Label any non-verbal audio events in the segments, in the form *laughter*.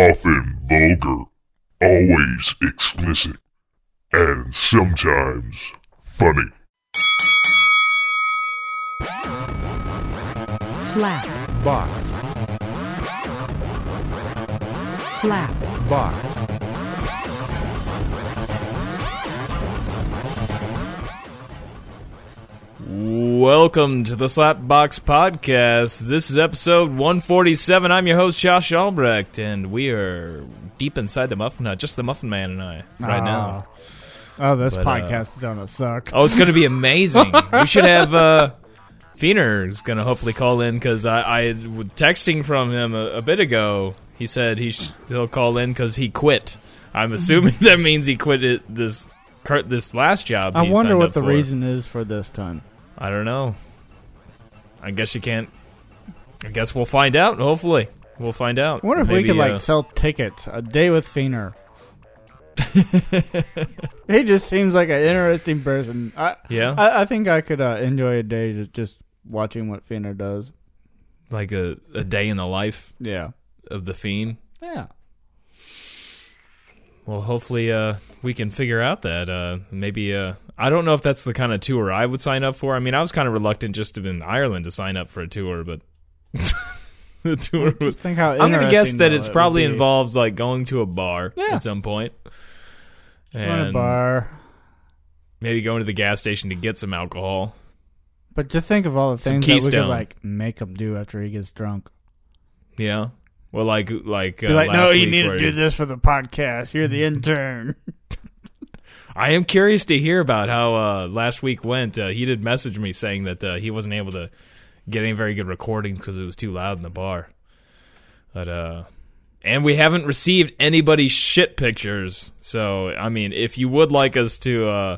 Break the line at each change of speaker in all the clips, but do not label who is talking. often vulgar, always explicit, and sometimes funny.
slap
box,
slap
box,
Welcome to the Slapbox Podcast. This is episode 147. I'm your host, Josh Albrecht, and we are deep inside the Muffin Hut, just the Muffin Man and I, right
Ah.
now.
Oh, this
But, uh,
podcast is gonna suck.
Oh, it's going to
*laughs*
be amazing. we should have uh, Feener's going to hopefully call in because I, I was texting from him a, a bit ago. He said he sh- he'll call in because he quit. I'm assuming *laughs* that means he quit it this cur- this last job.
I
he
wonder
signed
what
up
the
for.
reason is for this time.
I don't know. I guess you can't. I guess we'll find out. Hopefully, we'll find out.
I wonder if we
Maybe,
could like
uh,
sell tickets. A day with Feener.
uh,
he just seems like an interesting person. I
*laughs* yeah,
I, I think I could uh, enjoy a day just, just watching what Feener does.
like a, a day in the life
Yeah.
of the fiend.
Yeah.
Well, hopefully, uh, we can figure out that. Uh, maybe uh, I don't know if that's the kind of tour I would sign up for. I mean, I was kind of reluctant just to be in Ireland to sign up for a tour, but *laughs* the tour was.
Just think how
I'm gonna guess
interesting,
that
though,
it's
it would
probably
be.
involved like going to a bar
Yeah.
at some point.
Run a
And
bar.
maybe going to the gas station to get some alcohol.
But just think of all the
Some
things that we could
Keystone.
like make him do after he gets drunk.
Yeah. Well, like like uh,
Be like,
last
no, you
week
need
where
to do
he's-
this for the podcast.
*laughs*
You're the intern.
I am curious to hear about how uh, last week went. Uh, he did message me saying that uh, he wasn't able to get any very good recordings because it was too loud in the bar. But uh, and we haven't received anybody's shit pictures. So I mean, if you would like us to uh,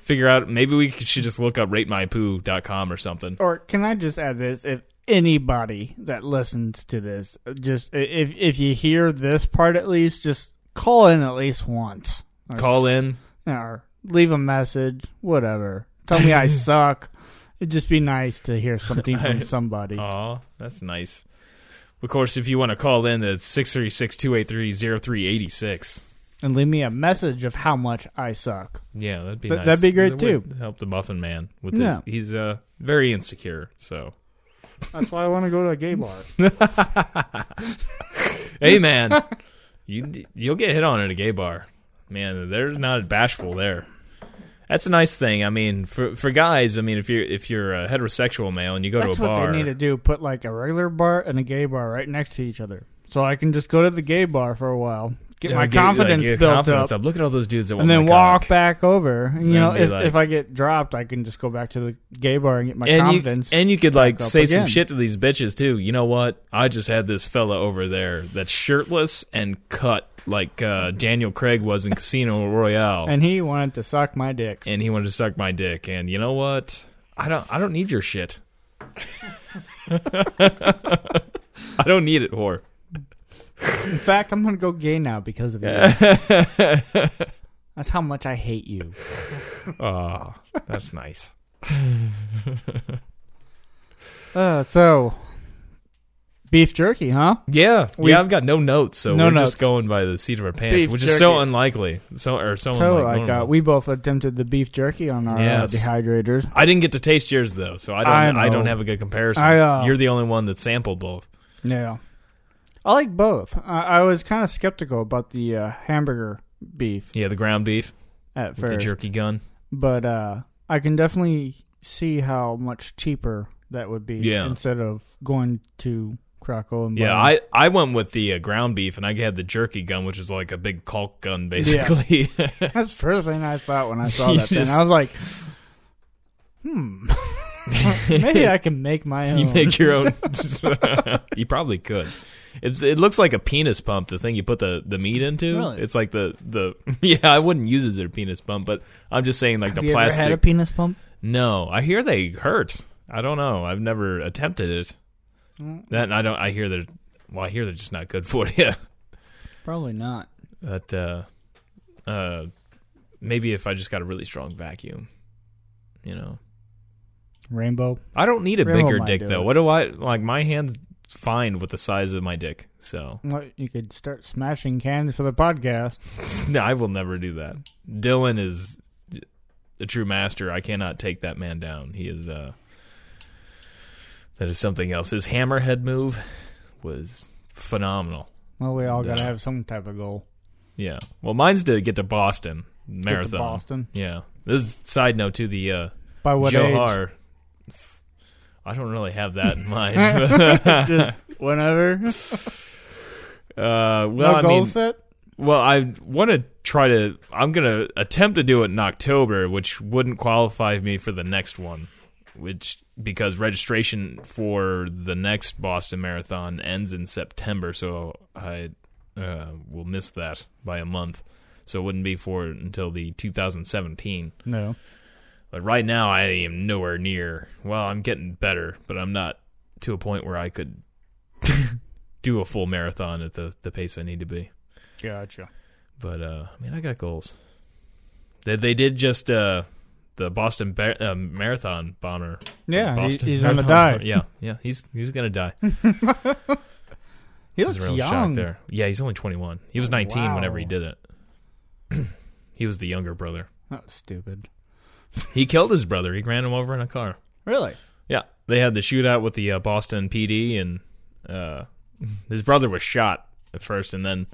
figure out, maybe we should just look up ratemypoo.com or something.
or can I just add this? If anybody that listens to this, just if if you hear this part at least, just call in at least once. Or
Call
s-
in.
or leave a message, whatever. Tell
*laughs*
me I suck. It'd just be nice to hear something from somebody.
Aw, that's nice. Of course, if you want to call in, that's 636 283 0386.
and leave me a message of how much I suck.
Yeah, that'd be
Th-
nice.
that'd be great,
That would Help the Muffin Man with the,
Yeah.
he's uh very insecure. *laughs* So
That's why I want to go to a gay bar.
hey man, you you'll get hit on at a gay bar. Man, they're not bashful there. That's a nice thing. I mean, for for guys, I mean, if you're if you're a heterosexual male and you go
That's
to a
what
bar,
they need to do. Put like a regular bar and a gay bar right next to each other. So I can just go to the gay bar for a while, get
uh,
my
like,
confidence
get
built
confidence
up,
Look at all those dudes that want
and then
Oh my
walk
cock.
back over. And, you
Then
know,
be
if,
like-
if I get dropped, I can just go back to the gay bar and get my
and
confidence.
You, and you could
back
like
up
say
again.
some shit to these bitches too. You know what? I just had this fella over there that's shirtless and cut like uh, Daniel Craig was in Casino *laughs* Royale, and,
and he wanted to suck my dick.
he wanted to suck my dick. And you know what? I don't. I don't need your
*laughs*
shit. I don't need it, *laughs* whore.
In fact, I'm gonna go gay now because of you. That's how much I hate you.
Oh, that's nice.
Uh, so, beef jerky, huh?
Yeah,
We-
yeah. I've got no notes, so
No
we're
notes.
just going by the seat of our pants,
Beef
which is so
jerky.
unlikely. So or so,
So,
unlike
like, uh,
normal.
we both attempted the beef jerky on our
Yes.
uh, dehydrators.
I didn't get to taste yours though, so I don't.
I know.
I, don't have a good comparison.
I, uh,
You're the only one that sampled both.
Yeah, I like both. I, I was kind of skeptical about the uh, hamburger beef
Yeah, the ground beef,
at
with the
first,
jerky gun.
but uh, I can definitely see how much cheaper that would be
Yeah.
instead of going to Crackle and
Yeah,
buying-
I, I went with the uh, ground beef, and I had the jerky gun, which is like a big caulk gun, basically. *laughs*
*laughs* that's the first thing I thought when I saw
You
that thing.
just-
I was like,
*laughs*
hmm, maybe I can make my own.
you make your
*laughs*
own. *laughs* you probably could. It, it looks like a penis pump, the thing you put the, the meat into.
Really?
It's like the, the *laughs* yeah. I wouldn't use it as a penis pump, but I'm just saying like
Have
the
you
plastic.
ever had a penis pump?
No, I hear they hurt. I don't know. I've never attempted it. That and I don't. I hear they're. Well, I hear they're just not good for *laughs* you.
Probably not.
But uh, uh, maybe if I just got a really strong vacuum, you know.
Rainbow.
I don't need a
Grandma
bigger
might
dick
do
though.
it.
What do I like? My hands fine with the size of my dick. So *laughs*
Well, you could start smashing cans for the podcast.
no, I will never do that. Dylan is a true master. I cannot take that man down. He is uh that is something else. His hammerhead move was phenomenal.
Well, we all got to
Yeah.
have some type of goal.
Yeah. Well, mine's to get to Boston
Get to
marathon.
Boston.
Yeah. This is side note to the uh
By what
Joe
age?
Har. I don't really have that
*laughs*
in mind.
Just whenever.
Uh, well,
no
I
goal
mean,
set?
well, I want to try to. I'm gonna attempt to do it in October, which wouldn't qualify me for the next one, which because registration for the next Boston Marathon ends in September, so I uh, will miss that by a month. So it wouldn't be for until the 2017.
No.
But right now, I am nowhere near. Well, I'm getting better, but I'm not to a point where I could *laughs* do a full marathon at the, the pace I need to be.
Gotcha.
But uh, I mean, I got goals. They they did just uh, the Boston Bar- uh, Marathon bomber.
Yeah, he-
Boston *laughs*
he's on the
Marathon
dive.
bomber. Yeah, yeah, he's he's gonna die.
*laughs* He
It's
looks
a real
young.
shock there. Yeah, he's only 21. He was 19 whenever he
Wow.
did it. *clears throat* he was the younger brother.
That's stupid.
He killed his brother. He ran him over in a car.
Really?
Yeah, they had the shootout with the uh, Boston PD, and uh, his brother was shot at first, and then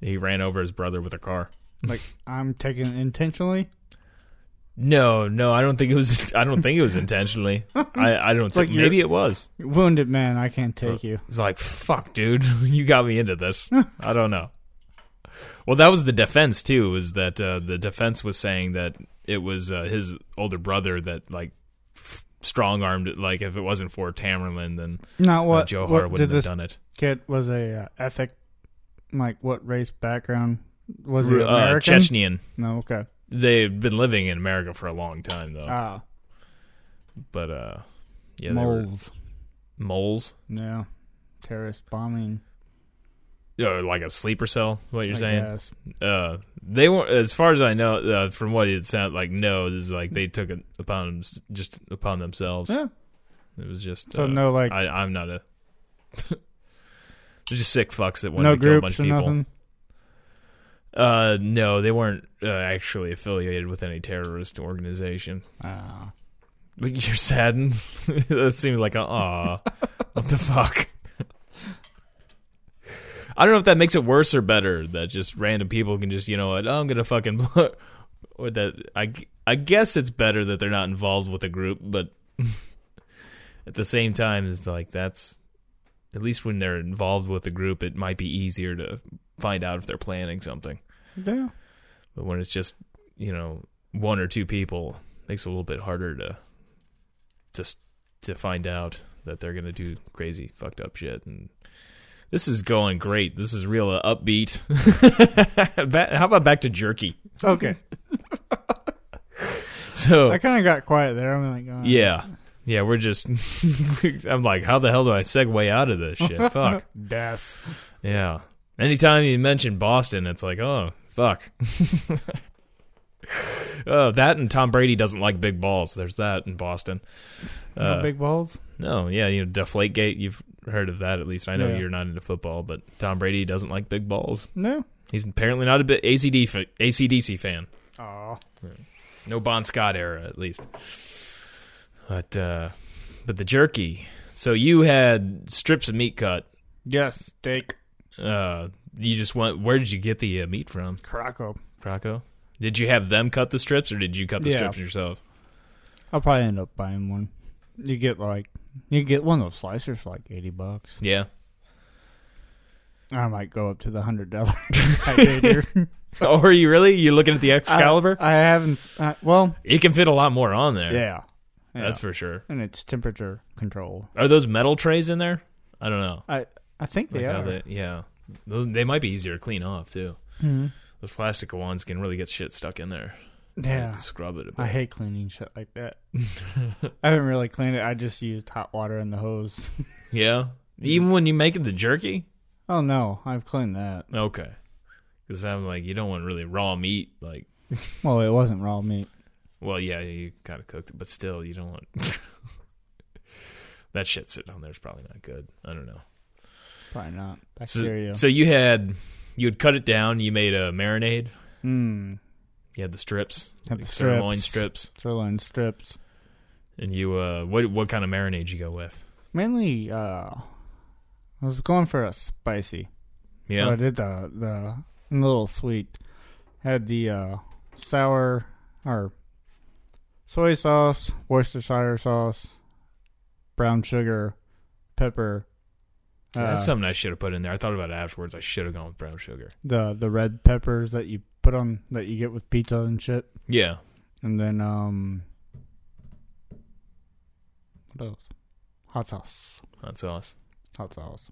he ran over his brother with a car.
Like I'm taking it intentionally.
No, no, I don't think it was. I don't think it was intentionally. I, I don't
like
think.
you're-
maybe it was.
Wounded man, I can't take you.
It's like, fuck, dude, *laughs* you got me into this. I don't know. Well, that was the defense too. Is that uh, the defense was saying that it was uh, his older brother that like f- strong armed. Like if it wasn't for Tamerlan, then
Not
uh,
what
Joe
what
Hart
did
wouldn't have
this
done it.
kid was a uh, ethnic, like what race background was he?
Ru- uh,
American?
Chechnyan.
No, okay.
they've been living in America for a long time though.
Ah,
but uh Oh. yeah, they were
moles.
moles.
Yeah, terrorist bombing.
Yeah, like a sleeper cell. What you're
I
saying?
guess.
Uh, they weren't, as far as I know, uh, from what it sounded like. No, it was like they took it upon them, just upon themselves.
Yeah.
It was just
So
uh,
no, like
I, I'm not a. *laughs* They're just sick fucks that want
no
to kill a bunch
groups
of
or
people.
nothing.
Uh, no, they weren't uh, actually affiliated with any terrorist organization.
Ah,
But you're saddened. *laughs* that seems like a aw. what the fuck? I don't know if that makes it worse or better. That just random people can just you know what I'm gonna fucking *laughs* blow. or that I g- I guess it's better that they're not involved with the group, but *laughs* at the same time, it's like that's at least when they're involved with the group, it might be easier to find out if they're planning something.
yeah.
But when it's just, you know, one or two people, it makes it a little bit harder to just to find out that they're going to do crazy fucked up shit and this is going great. This is real uh, upbeat. *laughs* Ba- How about back to jerky?
Okay,
So
I kind of got quiet there. I'm like, uh,
Oh. yeah. *laughs* Yeah, we're just *laughs* I'm like, how the hell do I segue out of this shit?
*laughs*
Fuck.
death.
Yeah. Anytime you mention Boston, it's like, oh,
*laughs*
fuck. oh, that and Tom Brady doesn't like big balls. There's that in Boston.
No
Uh,
big balls.
no, yeah, you know, Deflate Gate, you've heard of that at least. I know
Yeah.
you're not into football, but Tom Brady doesn't like big balls.
No.
He's apparently not a bit ACD fa- ACDC fan.
Oh,
No Bon Scott era, at least. But, uh, but the jerky. So you had strips of meat cut.
yes, steak,
Uh, you just went, where did you get the uh, meat from?
Krakow.
Croco? Did you have them cut the strips or did you cut the
Yeah.
strips yourself?
I'll probably end up buying one. You get like you get one of those slicers for like eighty bucks.
Yeah. *laughs*
I might go up to the hundred dollar *laughs* figure.
oh, are you really? You looking at the Excalibur?
I, I haven't. Uh, well,
it can fit a lot more on there.
yeah,
That's for sure.
and it's temperature control.
Are those metal trays in there? I don't know.
I I think they
Like how
are.
they- yeah. Tho- They might be easier to clean off, too.
Mhm.
Those plastic ones can really get shit stuck in there. You have
Yeah,
to Scrub it a
I
bit.
hate cleaning shit like that. I haven't really cleaned it. I just used hot water in the hose.
*laughs*
*laughs*
Yeah. Even when you make it the jerky?
oh no, I've cleaned that.
Okay. Because I'm like, you don't want really raw meat. Like,
Well, it wasn't raw meat.
Well, yeah, you kind of cooked it, *laughs* but still, you don't want that shit sitting on there is probably not good. I don't know.
Probably not.
So,
Bacteria.
so you had you would cut it down. You made a marinade.
Mm.
You had the strips,
Had
like
the
sirloin
strips.
strips,
Sirloin strips.
and you uh, what what kind of marinade you go with?
Mainly, uh, I was going for a spicy.
Yeah,
But I did the, the little sweet. Had the uh, sour or soy sauce, Worcestershire sauce, brown sugar, pepper.
Yeah,
uh,
that's something I should have put in there. I thought about it afterwards. I should have gone with brown sugar.
the the red peppers that you put on that you get with pizza and shit.
Yeah,
And then um what else? Hot sauce.
hot sauce.
Hot sauce.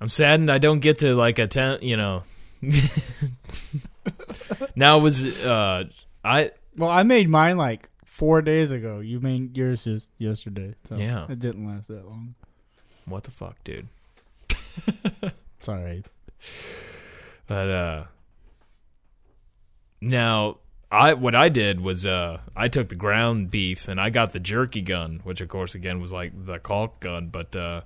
I'm saddened I don't get to like attempt. You know, *laughs* now was uh I
Well, I made mine like four days ago. You made yours just yesterday. So
Yeah.
It didn't last that long.
what the fuck, dude.
Sorry.
But uh now I what I did was uh I took the ground beef and I got the jerky gun, which of course again was like the caulk gun, but uh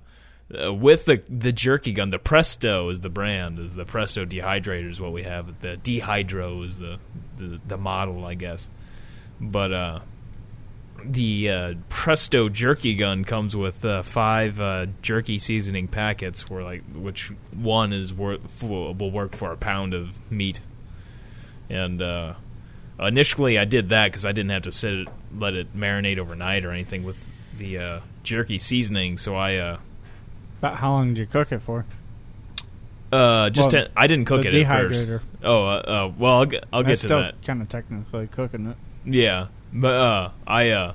uh, with the the jerky gun, the Presto is the brand. Is the Presto dehydrator is what we have. The Dehydro is the the, the model, I guess. But uh, the uh, Presto jerky gun comes with uh, five uh, jerky seasoning packets, where like which one is wor- f- will work for a pound of meat. And uh, initially, I did that because I didn't have to sit it, let it marinate overnight or anything with the uh, jerky seasoning. So I uh,
About how long did you cook it for?
uh, just
Well,
ten- I didn't cook
the
it at first.
dehydrator.
Oh, uh, uh, well, I'll, g- I'll get
That's
to
still
that.
Kind of technically cooking it.
Yeah, but uh, I uh,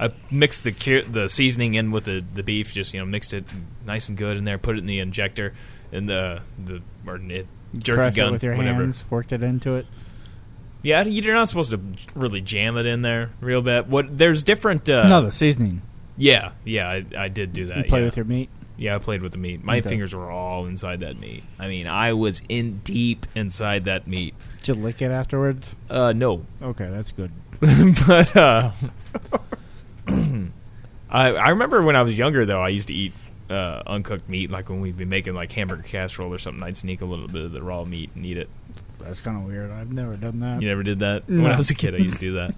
I mixed the cu- the seasoning in with the, the beef. Just you know, mixed it nice and good in there. Put it in the injector and the the or it, jerky
Press
gun,
it with your
whatever.
hands. Worked it into it.
Yeah, you're not supposed to really jam it in there real bad. What there's different. Uh,
no, the seasoning.
Yeah, yeah, I, I did do that.
You play
yeah.
with your meat.
Yeah, I played with the meat. My
Okay.
fingers were all inside that meat. I mean, I was in deep inside that meat.
Did you lick it afterwards?
Uh, no,
Okay, that's good.
*laughs* but uh, *clears throat* I I remember when I was younger though I used to eat uh, uncooked meat like when we'd be making like hamburger casserole or something I'd sneak a little bit of the raw meat and eat it.
That's kind of weird. I've never done that.
You never did that
No.
when I was a kid. I used to do that.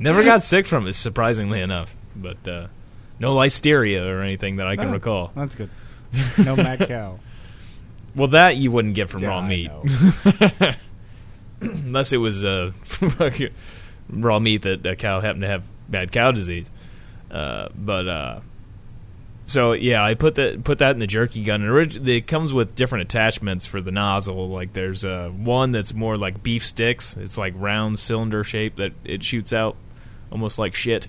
*laughs* never got sick from it, surprisingly enough. But uh, no listeria or anything that I can
Oh.
recall.
That's
*laughs*
good. No mad cow.
Well, that you wouldn't get from
Yeah,
raw
I
meat,
know.
*laughs* unless it was uh, *laughs* raw meat that a cow happened to have bad cow disease. Uh, but uh, so yeah, I put that put that in the jerky gun. And orig- it comes with different attachments for the nozzle. Like there's uh, one that's more like beef sticks. It's like round cylinder shape that it shoots out almost like
*laughs*
shit.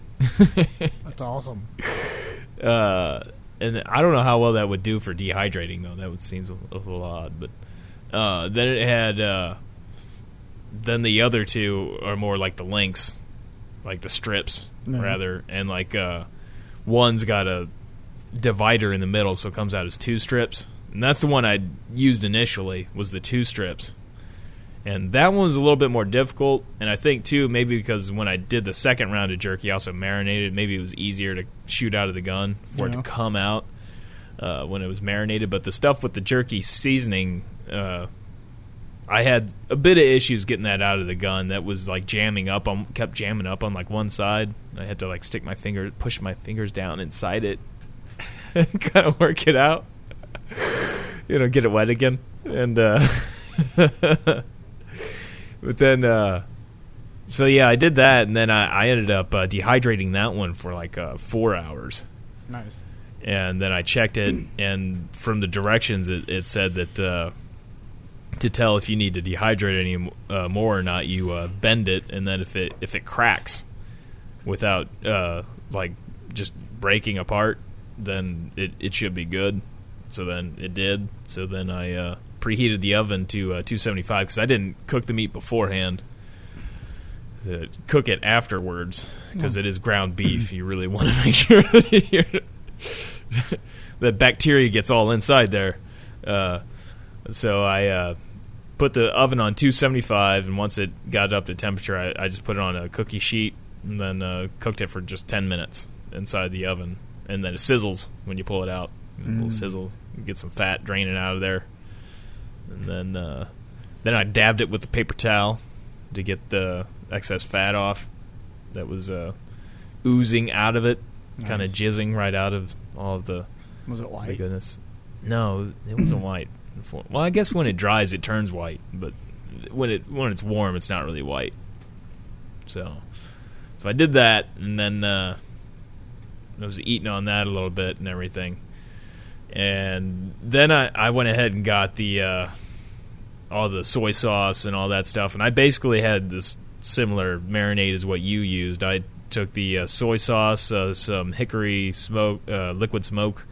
That's awesome.
Uh, and I don't know how well that would do for dehydrating though. That would seem a little odd, but uh, then it had uh, then the other two are more like the links, like the strips
Mhm.
rather, and like uh, one's got a divider in the middle, so it comes out as two strips, and that's the one I used initially was the two strips. And that one was a little bit more difficult, and I think too maybe because when I did the second round of jerky, I also marinated. Maybe it was easier to shoot out of the gun for it
Yeah.
to come out uh, when it was marinated. But the stuff with the jerky seasoning, uh, I had a bit of issues getting that out of the gun. That was like jamming up on, kept jamming up on like one side. I had to like stick my finger, push my fingers down inside it, *laughs* kind of work it out. you know, get it wet again, and uh, *laughs* but then. Uh, so yeah, I did that, and then I, I ended up uh, dehydrating that one for like uh, four hours
Nice.
and then I checked it, and from the directions, it, it said that uh, to tell if you need to dehydrate any uh, more or not, you uh, bend it, and then if it if it cracks without uh, like just breaking apart, then it, it should be good. So then it did. So then I uh, preheated the oven to uh, 275 because I didn't cook the meat beforehand. To cook it afterwards because it is ground beef. You really want to *laughs* make sure that you're the bacteria gets all inside there. Uh, so I uh, put the oven on 275, and once it got up to temperature, I, I just put it on a cookie sheet and then uh, cooked it for just 10 minutes inside the oven. And then it sizzles when you pull it out. a little sizzle, get some fat draining out of there, and then uh, then I dabbed it with the paper towel to get the excess fat off that was uh, oozing out of it, kind of
Nice.
jizzing right out of all of the
Was it
my
white?
goodness. No, it wasn't *clears throat* white. Well, I guess when it dries, it turns white, but when it when it's warm, it's not really white. So, so I did that, and then uh, I was eating on that a little bit and everything, and then I, I went ahead and got the uh, all the soy sauce and all that stuff, and I basically had this similar marinade as what you used. I took the uh, soy sauce, uh, some hickory smoke, uh, liquid smoke,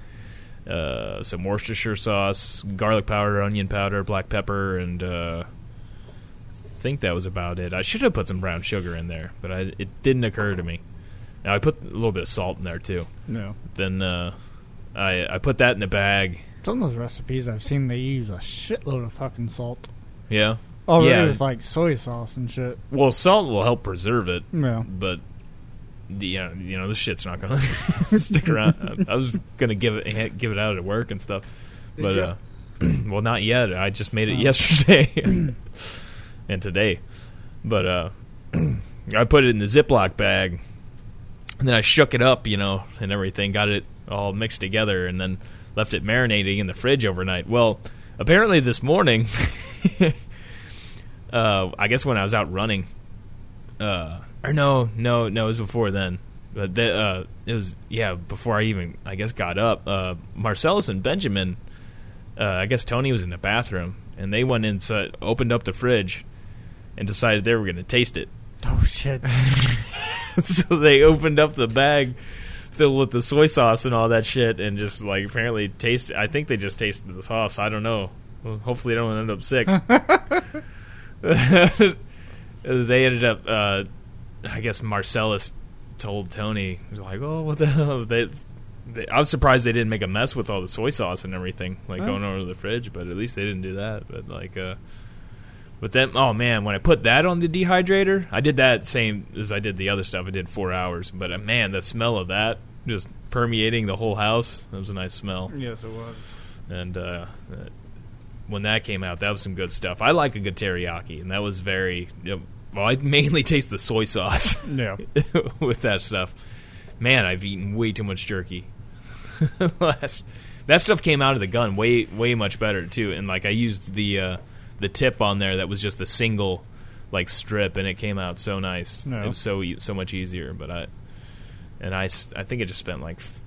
uh, some Worcestershire sauce, garlic powder, onion powder, black pepper, and uh, I think that was about it. I should have put some brown sugar in there, but I, it didn't occur to me. Now I put a little bit of salt in there too.
No.
Then uh, I I put that in the bag.
Some of those recipes I've seen, they use a shitload of fucking salt.
Yeah.
Oh,
Yeah.
yeah. It's like soy sauce and shit.
Well, salt will help preserve it,
No.
but the you know, you know this shit's not gonna *laughs* stick around. I, I was gonna give it give it out at work and stuff, but uh, *clears throat* well, not yet. I just made it
Oh.
yesterday *laughs* and today, but uh, *clears throat* I put it in the Ziploc bag, and then I shook it up, you know, and everything, got it all mixed together, and then left it marinating in the fridge overnight. Well, apparently this morning, *laughs* uh, I guess when I was out running, uh, or no, no, no, it was before then. But the, uh, it was yeah before I even I guess got up. Uh, Marcellus and Benjamin, uh, I guess Tony was in the bathroom, and they went inside, opened up the fridge, and decided they were going to taste it. *laughs*
Oh, shit.
so they opened up the bag filled with the soy sauce and all that shit, and just like apparently taste. I think they just tasted the sauce. I don't know. Well, hopefully, they don't end up sick.
*laughs*
*laughs* they ended up. Uh, I guess Marcellus told Tony, he was like, "Oh, what the hell?" They, they, I was surprised they didn't make a mess with all the soy sauce and everything, like
Oh.
going over to the fridge. But at least they didn't do that. But like, uh, but then, oh man, when I put that on the dehydrator, I did that same as I did the other stuff. I did four hours, but uh, man, the smell of that just permeating the whole house. That was a nice smell,
yes, it was.
and uh, uh, when that came out, that was some good stuff. I like a good teriyaki, and that was very. uh, well, I mainly taste the soy sauce *laughs*
Yeah.
with that stuff. Man, I've eaten way too much jerky. *laughs* Last, that stuff came out of the gun way way much better too. And like I used the uh, the tip on there that was just the single like strip, and it came out so nice.
No.
It was so e- so much easier. But I and I s- I think I just spent like. f-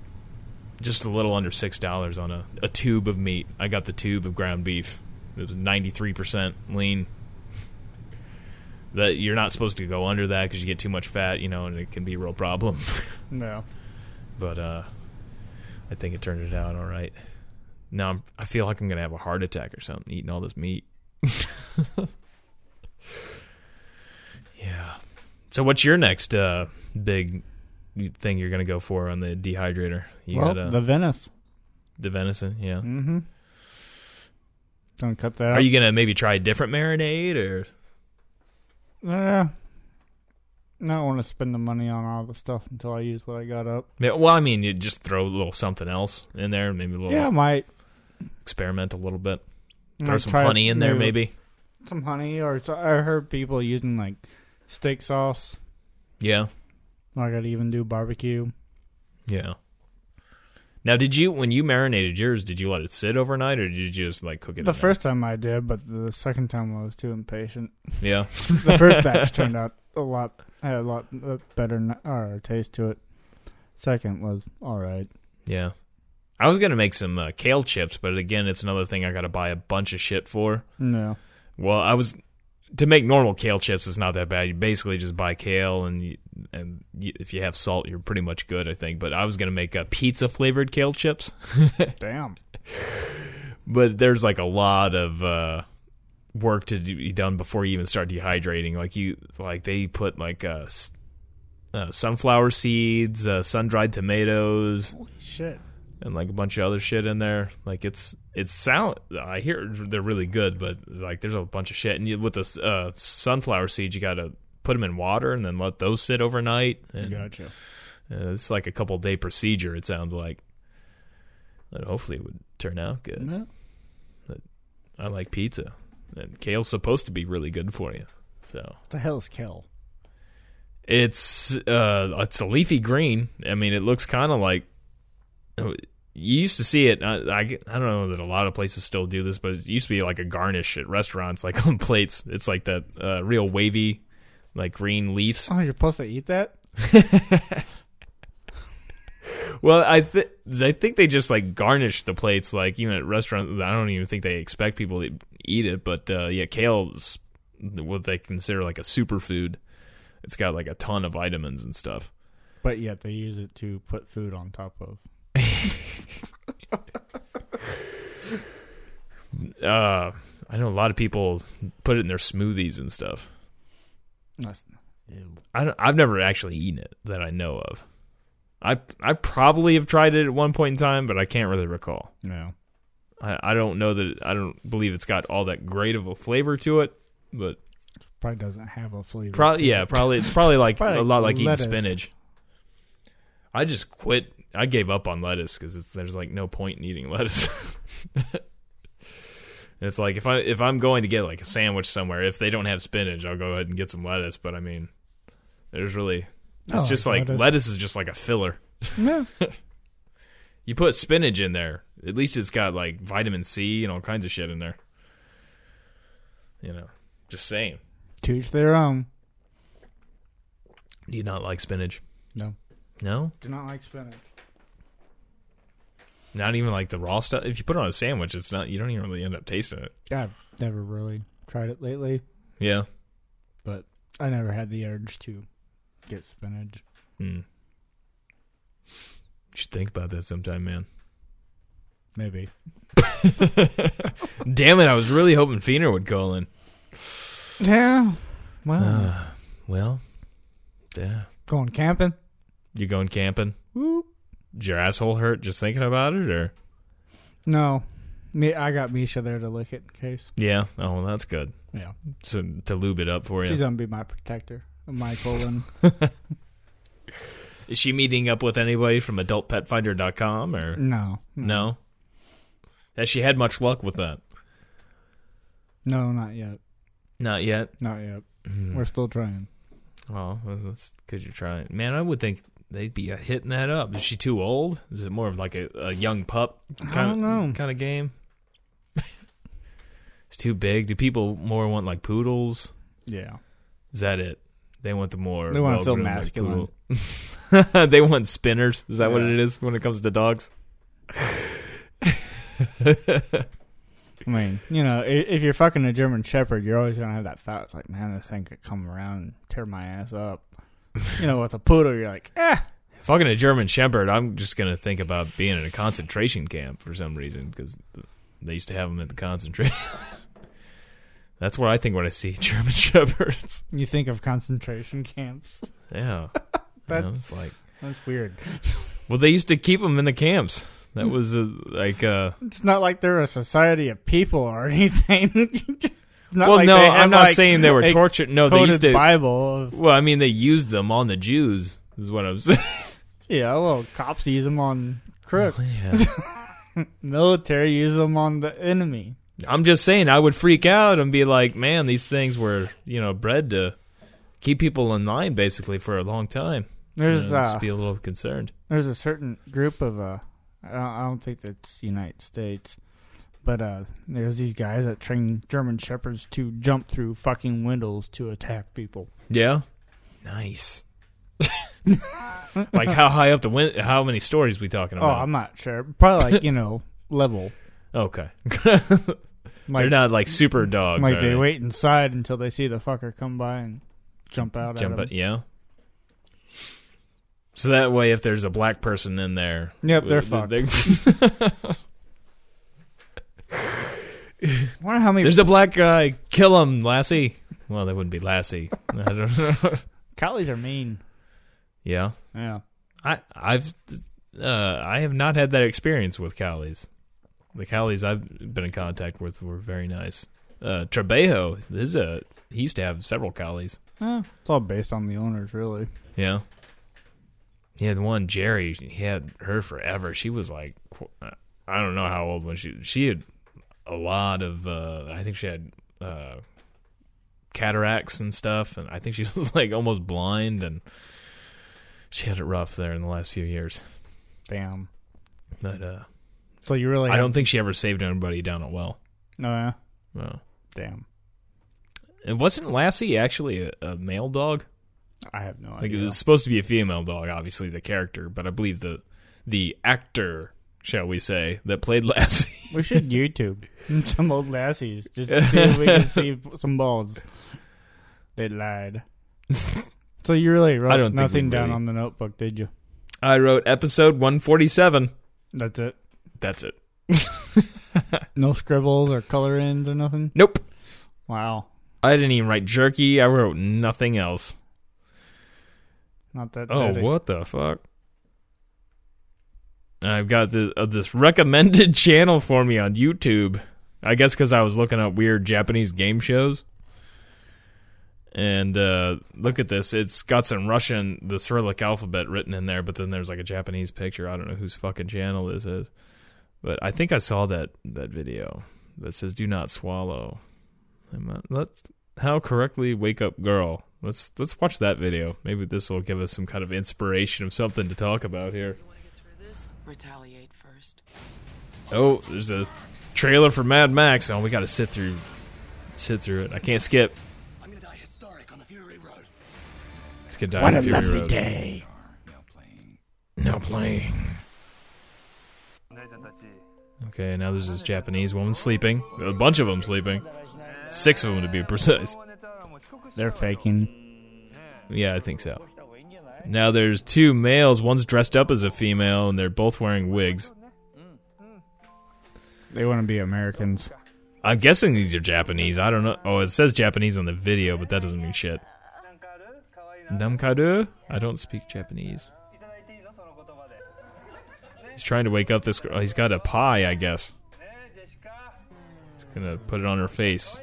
Just a little under six dollars on a, a tube of meat. I got the tube of ground beef. It was ninety three percent lean that you're not supposed to go under that because you get too much fat, you know, and it can be a real problem. *laughs*
No.
but uh, I think it turned it out all right. Now I'm, I feel like I'm gonna have a heart attack or something eating all this meat. *laughs* yeah. So what's your next uh, big thing you're gonna go for on the dehydrator? You
well,
got uh,
the
the,
Venice.
venison, yeah.
Mm hmm. Don't cut that out.
Are you gonna maybe try a different marinade or?
Yeah. I don't want to spend the money on all the stuff until I use what I got up.
Yeah, Well, I mean, you just throw a little something else in there, maybe a little
yeah, I might.
experiment a little bit.
I
Throw
might
some
try
honey in there,
new-
maybe.
Some honey, or so- I heard people using like steak sauce.
Yeah,
I gotta even do barbecue.
yeah. Now, did you when you marinated yours? Did you let it sit overnight, or did you just like cook it?
The
in there?
first time I did, but the second time I was too impatient.
yeah,
The *laughs* first batch turned out a lot had a lot uh, better n- or taste to it. Second was all right.
yeah. I was gonna make some uh, kale chips, but again, it's another thing I gotta buy a bunch of shit for.
No,
Well, I was to make normal kale chips. It's not that bad. You basically just buy kale, and you, and you, if you have salt, you're pretty much good, I think. But I was gonna make uh, pizza flavored kale chips.
damn.
but there's like a lot of uh work to do- be done before you even start dehydrating like you like they put like uh, s- uh sunflower seeds uh sun-dried tomatoes
Holy shit.
and like a bunch of other shit in there like it's it's sound i hear they're really good but like there's a bunch of shit and you, with the s- uh sunflower seeds you gotta put them in water and then let those sit overnight and
Gotcha.
uh, it's like a couple day procedure. It sounds like. and hopefully it would turn out good.
No.
I like pizza, and kale's supposed to be really good for you. So
What the hell is kale?
it's uh, it's a leafy green. I mean, it looks kind of like you used to see it. uh, I, I I don't know that a lot of places still do this, but it used to be like a garnish at restaurants, *laughs* like on plates. It's like that uh, real wavy, like green leaves.
Oh, you're supposed to eat that?
*laughs* Well, I th- I think they just like garnish the plates, like even at restaurants. I don't even think they expect people to eat it, but uh, yeah, kale's what they consider like a superfood. It's got like a ton of vitamins and stuff.
But yet they use it to put food on top of.
Uh, I know a lot of people put it in their smoothies and stuff.
That's, ew.
I don't- I've never actually eaten it that I know of. I I probably have tried it at one point in time, but I can't really recall.
No.
I, I don't know that I don't believe it's got all that great of a flavor to it, but
Probably doesn't have a flavor. to
Probably, yeah,
it.
probably it's probably like
*laughs* Probably
a lot
like
like
lettuce.
eating spinach. I just quit. I gave up on lettuce because there's like no point in eating *laughs* lettuce. it's like if I if I'm going to get like a sandwich somewhere, if they don't have spinach, I'll go ahead and get some lettuce. But I mean, there's really it's
I
just
like
like
lettuce.
lettuce. is just like a filler.
No.
You put spinach in there, at least it's got like vitamin C and all kinds of shit in there. You know, just saying.
to each their own.
Do you not like spinach?
No.
No,
Do not like spinach.
Not even like the raw stuff. If you put it on a sandwich, it's not. You don't even really end up tasting it.
I've never really tried it lately,
Yeah.
but I never had the urge to get spinach.
Hmm. You should think about that sometime, man.
Maybe.
Damn it! I was really hoping Fiener would call in.
Yeah. Well,
Uh, well, yeah.
going camping.
You going camping?
Whoop.
Did your asshole hurt just thinking about it, or
No. Me, I got Misha there to lick it in case.
yeah? Oh, well, that's good.
Yeah.
So to lube it up for
She's
you.
going to be my protector.
*laughs*
My colon.
Is she meeting up with anybody from AdultPetFinder.com or
no.
no? Has she had much luck with that?
No, not yet.
Not yet.
Not yet.
Hmm.
We're still trying.
Well, that's because you're trying. Man, I would think they'd be uh, hitting that up. Is she too old? Is it more of like a, a young pup kind
don't know.
of kind of game? *laughs* it's too big. Do people more want like poodles?
Yeah.
Is that it? They want the more.
They wanna feel
well-groomed, like,
masculine.
poodle. *laughs* they want spinners. Is that what
Yeah.
it is when it comes to dogs?
I mean, you know, i- if you're fucking a German Shepherd, you're always gonna have that thought. It's like, man, this thing could come around and tear my ass up. You know, with a poodle, you're like, eh,
Fucking a German Shepherd, I'm just gonna think about being in a concentration camp for some reason because they used to have them at the concentration. *laughs* That's what I think when I see *laughs* German Shepherds.
you think of concentration camps. *laughs*
Yeah, you know,
That's
it's like
that's weird.
well, they used to keep them in the camps. That was uh like uh,
It's not like they're a society of people or *laughs* anything. It's *laughs* not
well,
like
no,
they have,
I'm not
like,
saying they were
a
tortured. No, Oh, they
coded
used to.
Bible. Of,
well, I mean, they used them on the Jews. Is what I'm *laughs*
*laughs*
saying.
yeah, well, cops use them on crooks.
Yeah.
Military use them on the enemy.
I'm just saying, I would freak out and be like, man, these things were, you know, bred to keep people in line basically for a long time. You
There's
know,
uh,
just be a little concerned.
there's a certain group of uh I don't, I don't think that's United States, but uh there's these guys that train German shepherds to jump through fucking windows to attack people.
Yeah.
*laughs*
Nice. like how high up the win- how many stories we talking
Oh,
about?
I'm not sure.
*laughs*
Probably like, you know, level.
okay. *laughs* They're
Like
not like super dogs.
like
are
they wait inside until they see the fucker come by and jump out
Jump
at
up,
him.
yeah. So that way if there's a black person in there.
Yep, they're
w-
fucked.
they-
wonder *laughs* how many
there's a black guy. Kill him, Lassie. Well, that wouldn't be Lassie. I don't
*laughs*
know.
collies are mean.
Yeah.
Yeah.
I I've uh, I have not had that experience with Callies. The Callies I've been in contact with were very nice. Uh, Trebejo, this is a he used to have several Callies.
Eh, it's all based on the owners really.
Yeah, he had one Jerry. He had her forever. She was like qu- uh, I don't know how old when she she had a lot of uh I think she had uh cataracts and stuff and I think she *laughs* was like almost blind and she had it rough there in the last few years.
Damn.
But uh
So you really?
I don't think she ever saved anybody down at well.
No. yeah.
No.
Damn.
And wasn't Lassie actually a, a male dog?
I have no
Like
idea.
it was supposed to be a female dog, obviously the character, but I believe the the actor, shall we say, that played Lassie. *laughs*
We should YouTube *laughs* some old lassies just to see if we
*laughs*
can see some balls. They lied. *laughs* so you really wrote
I don't think we
nothing down
really-
on the notebook, did you?
I wrote episode one forty seven.
That's it.
That's *laughs* it.
No scribbles or color ins or nothing.
Nope.
Wow,
I didn't even write jerky. I wrote nothing else.
not that.
Oh,
dirty.
what the fuck? And I've got the, uh, this recommended *laughs* channel for me on YouTube. I guess because I was looking up weird Japanese game shows. And uh, look at this. It's got some Russian, the Cyrillic alphabet written in there, but then there's like a Japanese picture. I don't know whose fucking channel this is. But I think I saw that, that video that says, Do not swallow. I'm not- let's how correctly wake up girl let's let's watch that video maybe this will give us some kind of inspiration of something to talk about here
You want to get through this? Retaliate first.
oh there's a trailer for mad max oh we gotta sit through sit through it i can't skip
I'm gonna die historic on the Fury Road.
let's get down
What
to
a
Fury
lovely
Road.
day.
Now playing.
now playing okay now there's this japanese woman sleeping a bunch of them sleeping six of them to be precise
They're faking.
yeah i think so now there's two males one's dressed up as a female and they're both wearing wigs
They want to be Americans.
I'm guessing these are Japanese. I don't know. Oh, it says Japanese on the video, but that doesn't mean shit. Namkaru? I don't speak Japanese. He's trying to wake up this girl. He's got a pie, I guess. He's gonna put it on her face.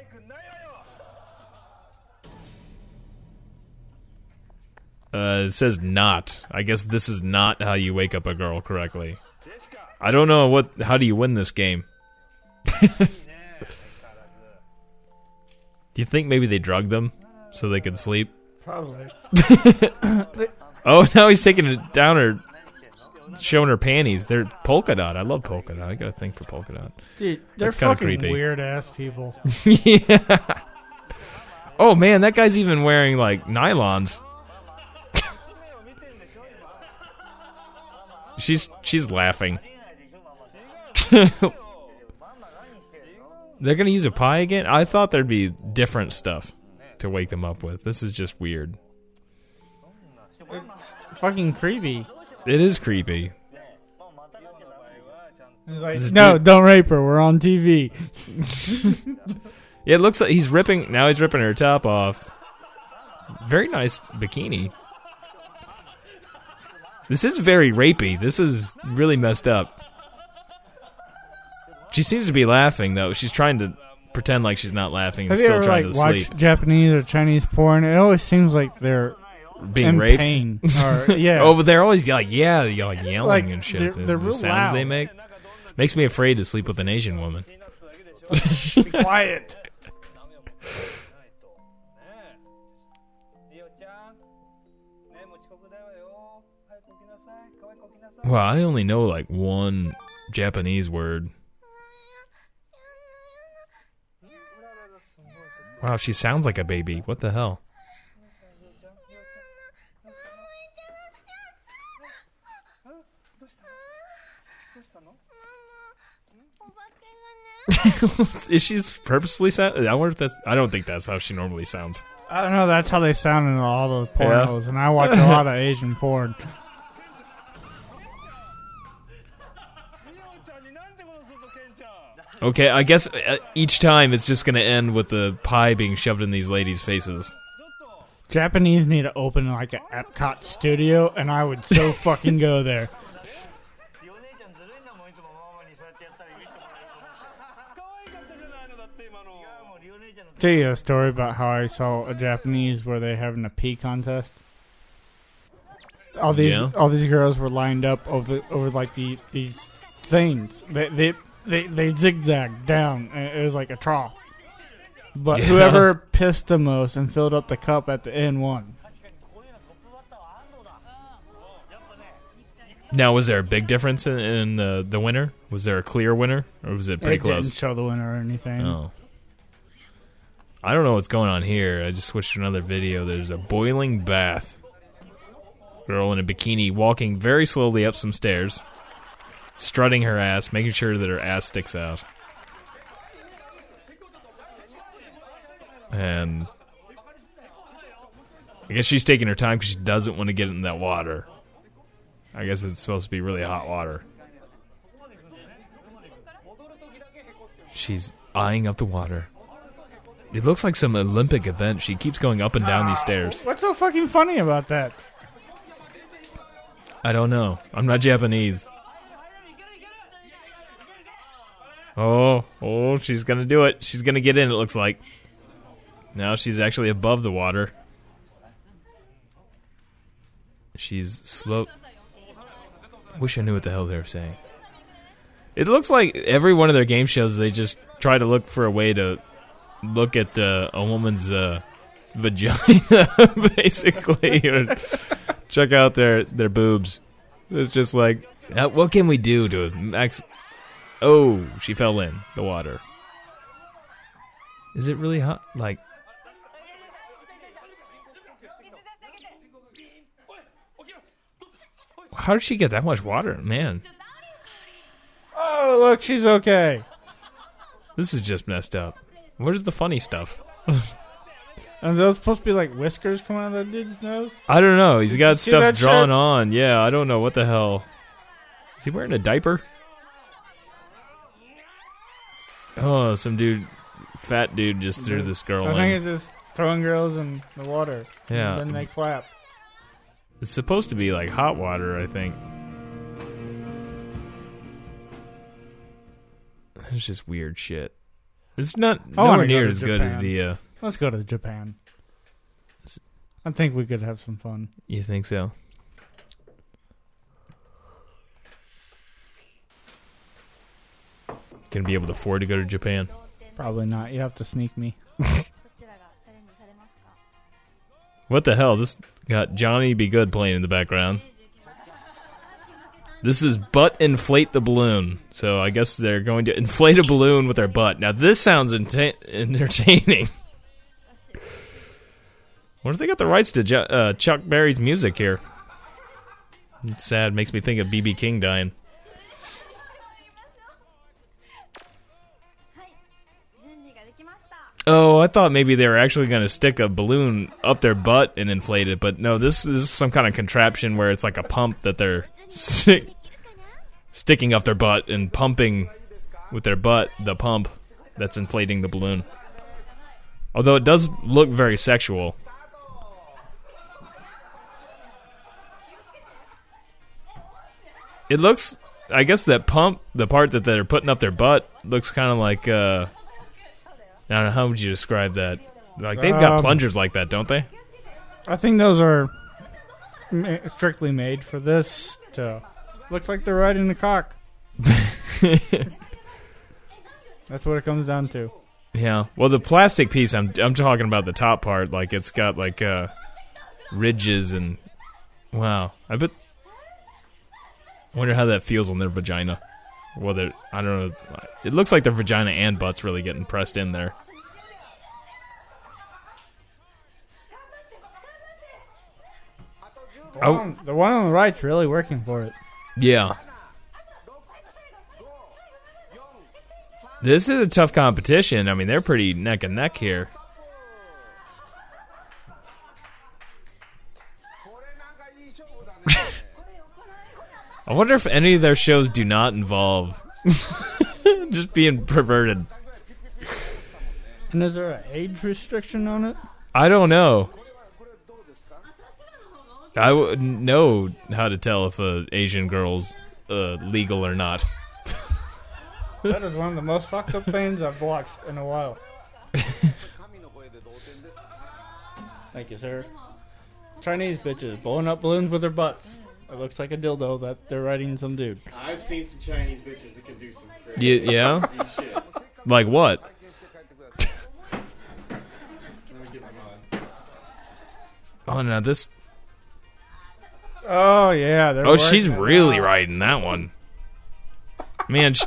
Uh, it says not. I guess this is not how you wake up a girl correctly. I don't know what. How do you win this game? *laughs* Do you think maybe they drugged them so they could sleep?
Probably.
*laughs* Oh, now he's taking it down her, showing her panties. They're polka dot. I love polka dot. I got a thing for polka dot.
Dude, they're
That's kinda
fucking
creepy.
weird ass people.
yeah. Oh man, that guy's even wearing like nylons. she's she's laughing. *laughs* They're gonna use a pie again. I thought there'd be different stuff to wake them up with. This is just weird.
fucking creepy.
It is creepy.
He's like,
This
no,
dude-
don't rape her. We're on TV.
Yeah, it looks like he's ripping. Now he's ripping her top off. Very nice bikini. This is very rapey. This is really messed up. She seems to be laughing though. She's trying to pretend like she's not laughing and
Have you
still
ever
trying
like
to
watched
sleep.
Japanese or Chinese porn? It always seems like they're
Being
in
raped. *laughs*
pain. *laughs* Or, yeah.
Oh, but they're always like, yeah, you're like yelling
Like,
and shit.
they're-
The-
they're
the
real
sounds they
loud.
make makes me afraid to sleep with an Asian woman.
*laughs* be quiet.
Well, I only know like one Japanese word. Wow, she sounds like a baby. What the hell? *laughs* Is she purposely sound? I wonder if that's. I don't think that's how she normally sounds.
I don't know. That's how they sound in all those
Yeah.
pornos, and I watch a lot of Asian porn.
Okay, I guess uh, each time it's just gonna end with the pie being shoved in these ladies' faces.
Japanese need to open like an Epcot studio, and I would
*laughs*
so fucking go there. Tell you a story about how I saw a Japanese where they having a pee contest. All these
Yeah.
all these girls were lined up over over like the these things. They they they, they zigzagged down. And it was like a trough. But whoever pissed the most and filled up the cup at the end won.
Now, was there a big difference in, in uh, the the winner? Was there a clear winner, or was it pretty
it
close?
didn't show the winner or anything.
Oh. I don't know what's going on here. I just switched to another video. There's a boiling bath. Girl in a bikini walking very slowly up some stairs, strutting her ass, making sure that her ass sticks out. And I guess she's taking her time because she doesn't want to get in that water. I guess it's supposed to be really hot water. She's eyeing up the water. It looks like some Olympic event. She keeps going up and down these stairs.
What's so fucking funny about that?
I don't know. I'm not Japanese. Oh, oh, she's gonna do it. She's gonna get in, it looks like. Now she's actually above the water. She's slow. Wish I knew what the hell they were saying. It looks like every one of their game shows, they just try to look for a way to look at uh, a woman's uh, vagina, *laughs* basically, or check out their their boobs. It's just like, uh, what can we do to max? Oh, she fell in the water. Is it really hot? Like, how did she get that much water, man?
Oh, look, she's okay.
This is just messed up. Where's the funny stuff?
And those supposed to be like whiskers coming out of that dude's nose?
I don't know. He's got
you see
stuff
that shit?
drawn on. Yeah, I don't know what the hell. Is he wearing a diaper? Oh, some dude, fat dude, just threw this girl
I think
in.
it's just throwing girls in the water.
Yeah.
And then they clap.
It's supposed to be like hot water, I think. It's just weird shit. It's not
I wanna
nowhere
go
near
to
as good as
Japan.
the. Uh,
Let's go to Japan.
S-
I think we could have some fun.
you think so? Gonna be able to afford to go to Japan.
Probably not. You have to sneak me.
What the hell? This got Johnny Be Good playing in the background. This is butt inflate the balloon. So I guess they're going to inflate a balloon with their butt. Now this sounds enta- entertaining. What if they got the rights to jo- uh, Chuck Berry's music here? It's sad. Makes me think of BB King dying. Oh, I thought maybe they were actually going to stick a balloon up their butt and inflate it, but no, this is some kind of contraption where it's like a pump that they're *laughs* stick, sticking up their butt and pumping with their butt the pump that's inflating the balloon. Although it does look very sexual. It looks, I guess that pump, the part that they're putting up their butt, looks kind of like, uh, I don't know, how would you describe that? Like, they've got
Um,
plungers like that, don't they?
I think those are ma- strictly made for this. To, looks like they're riding
*laughs*
the cock. That's what it comes down to.
Yeah. Well, the plastic piece, I'm I'm talking about the top part. Like it's got like uh, ridges and wow. I bet. I wonder how that feels on their vagina. Whether I don't know. It looks like their vagina and butts really getting pressed in there.
The one on- the one on the right's really working for it.
Yeah. This is a tough competition. I mean, they're pretty neck and neck here. I wonder if any of their shows do not involve *laughs* just being perverted.
And is there an age restriction on it?
I don't know. I would know how to tell if a Asian girl's uh, legal or not.
That is one of the most fucked up things I've watched in a while. Thank you, sir. Chinese bitches blowing up balloons with their butts. It looks like a dildo that they're writing some dude.
I've seen some Chinese bitches that can do some crazy
Ye- yeah?
shit. Let
Like what?
me get mine.
Oh no, this.
Oh yeah. They're
Oh, she's really riding that one. Man, sh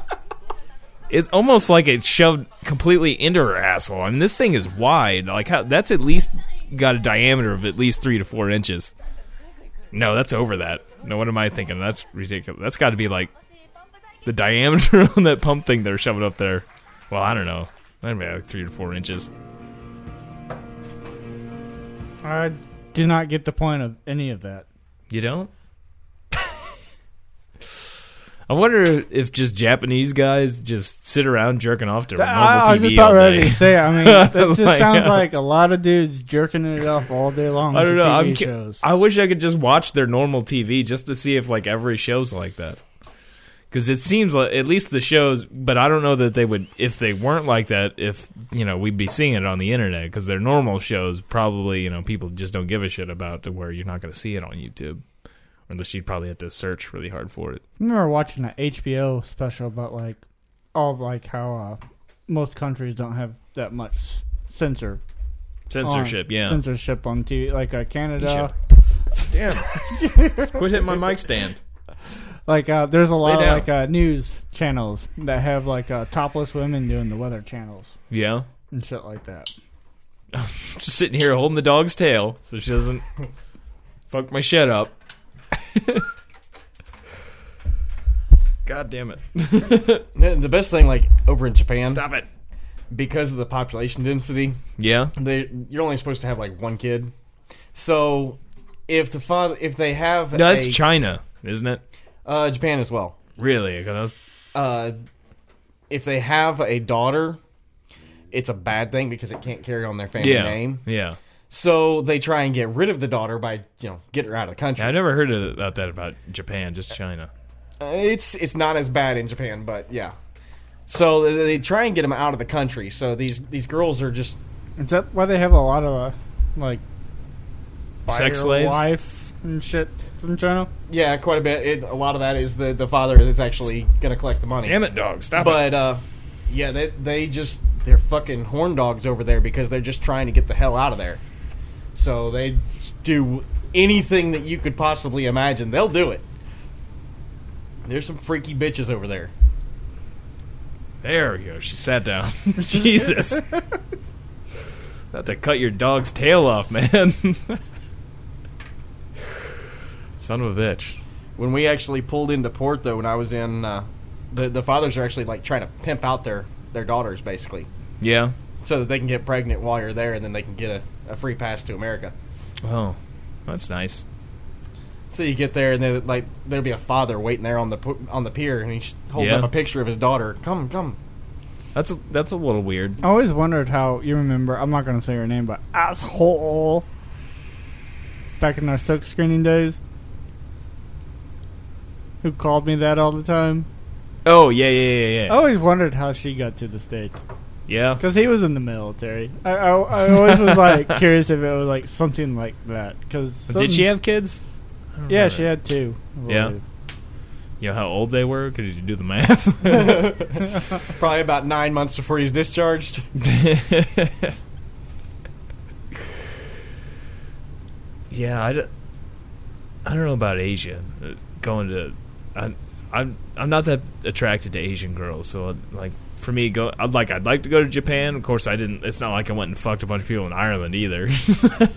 it's almost like it shoved completely into her asshole. I mean, this thing is wide. Like how that's at least got a diameter of at least three to four inches. No, that's over that. No, what am I thinking? That's ridiculous. That's got to be like the diameter *laughs* on that pump thing they're shoving up there. Well, I don't know. That'd be like three to four inches.
I do not get the point of any of that.
You don't? *laughs* I wonder if just Japanese guys just sit around jerking off to normal
Ah, I was
TV
about
all *laughs*
ready
day.
to say. I mean, that just
Like,
sounds
uh,
like a lot of dudes jerking it off all day long.
I don't know.
to TV
I'm ki-
shows.
I wish I could just watch their normal TV just to see if like every show's like that. Because it seems like at least the shows, but I don't know that they would if they weren't like that. If you know, we'd be seeing it on the internet because their normal shows probably you know people just don't give a shit about to where you're not going to see it on YouTube unless you'd probably have to search really hard for it.
I remember watching an HBO special about like all of, like how uh, most countries don't have that much censor on-
Censorship, yeah.
censorship on TV like uh, Canada
Damn. Quit hitting my mic stand.
like uh, there's a lot of
down.
like uh, news channels that have like uh, topless women doing the weather channels
Yeah.
and shit like that
Just sitting here holding the dog's tail so she
*laughs*
doesn't fuck my shit up. *laughs* God damn it.
No, *laughs* The best thing, like over in Japan,
Stop it.
because of the population density,
Yeah.
they you're only supposed to have like one kid. So if the father, if they have
No, that's
a-
China, isn't it?
uh, Japan as well.
Really? 'Cause
Uh, if they have a daughter, it's a bad thing because it can't carry on their
that's-
family
yeah.
name.
Yeah.
So they try and get rid of the daughter by you know get her out of the country.
I never heard of- about that about Japan, just China.
Uh, it's it's not as bad in Japan, but yeah. So they, they try and get them out of the country. So these these girls are just
is that why they have a lot of uh, like
Sex
buyer
slaves?
wife and shit from China
yeah, quite a bit. It, a lot of that is the the father that's actually gonna collect the money.
Damn it, dog. Stop it.
But uh, yeah, they they just they're fucking horn dogs over there because they're just trying to get the hell out of there. So they do anything that you could possibly imagine. They'll do it. There's some freaky bitches over there.
There we go. She sat down. *laughs* Jesus. About to cut your dog's tail off, man. *laughs* Son of a bitch.
when we actually pulled into port though when i was in uh, the, the fathers are actually like trying to pimp out their, their daughters basically
Yeah.
so that they can get pregnant while you're there and then they can get a, a free pass to america
Oh, that's nice.
so you get there and then like there'll be a father waiting there on the pu- on the pier and he's holding
Yeah.
up a picture of his daughter come come
That's a, that's a little weird.
I always wondered how you remember. I'm not going to say her name, but asshole. Back in our silk screening days, who called me that all the time?
Oh yeah yeah yeah
I
yeah.
always wondered how she got to the states
yeah.
because he was in the military. I, I, I always was
*laughs*
like curious if it was like something like that. Because
Did she have kids?
Yeah, she had two. I
Yeah.
believe.
You know how old they were? Could you do the math? *laughs*
*laughs*
probably about nine months before he's discharged *laughs*
*laughs* yeah, I, d- I don't know about Asia. Uh, Going to, I'm, I'm I'm not that attracted to Asian girls. So uh, like for me, go I'd like I'd like to go to Japan. Of course, I didn't. It's not like I went and fucked a bunch of people in Ireland either.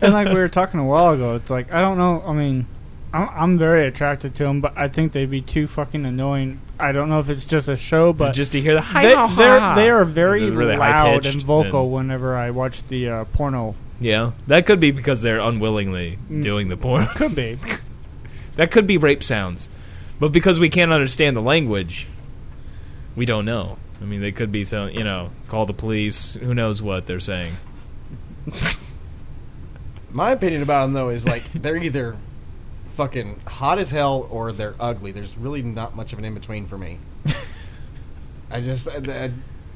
and like we
*laughs*
were talking a while ago, it's like I don't know. I mean, I'm, I'm very attracted to them, but I think they'd be too fucking annoying. I don't know if it's just a show, but
just to hear the
they they're, they are very
They're really
loud
high-pitched
and vocal
and-
whenever I watch the uh, porno.
yeah, that could be because they're unwillingly
Mm.
doing the porn.
Could be.
That could be rape sounds. But because we can't understand the language, we don't know. I mean, they could be so you know, call the police. Who knows what they're saying?
my opinion about them though is
*laughs*
like they're either fucking hot as hell or they're ugly there's really not much of an in-between
*laughs*
for me i just I,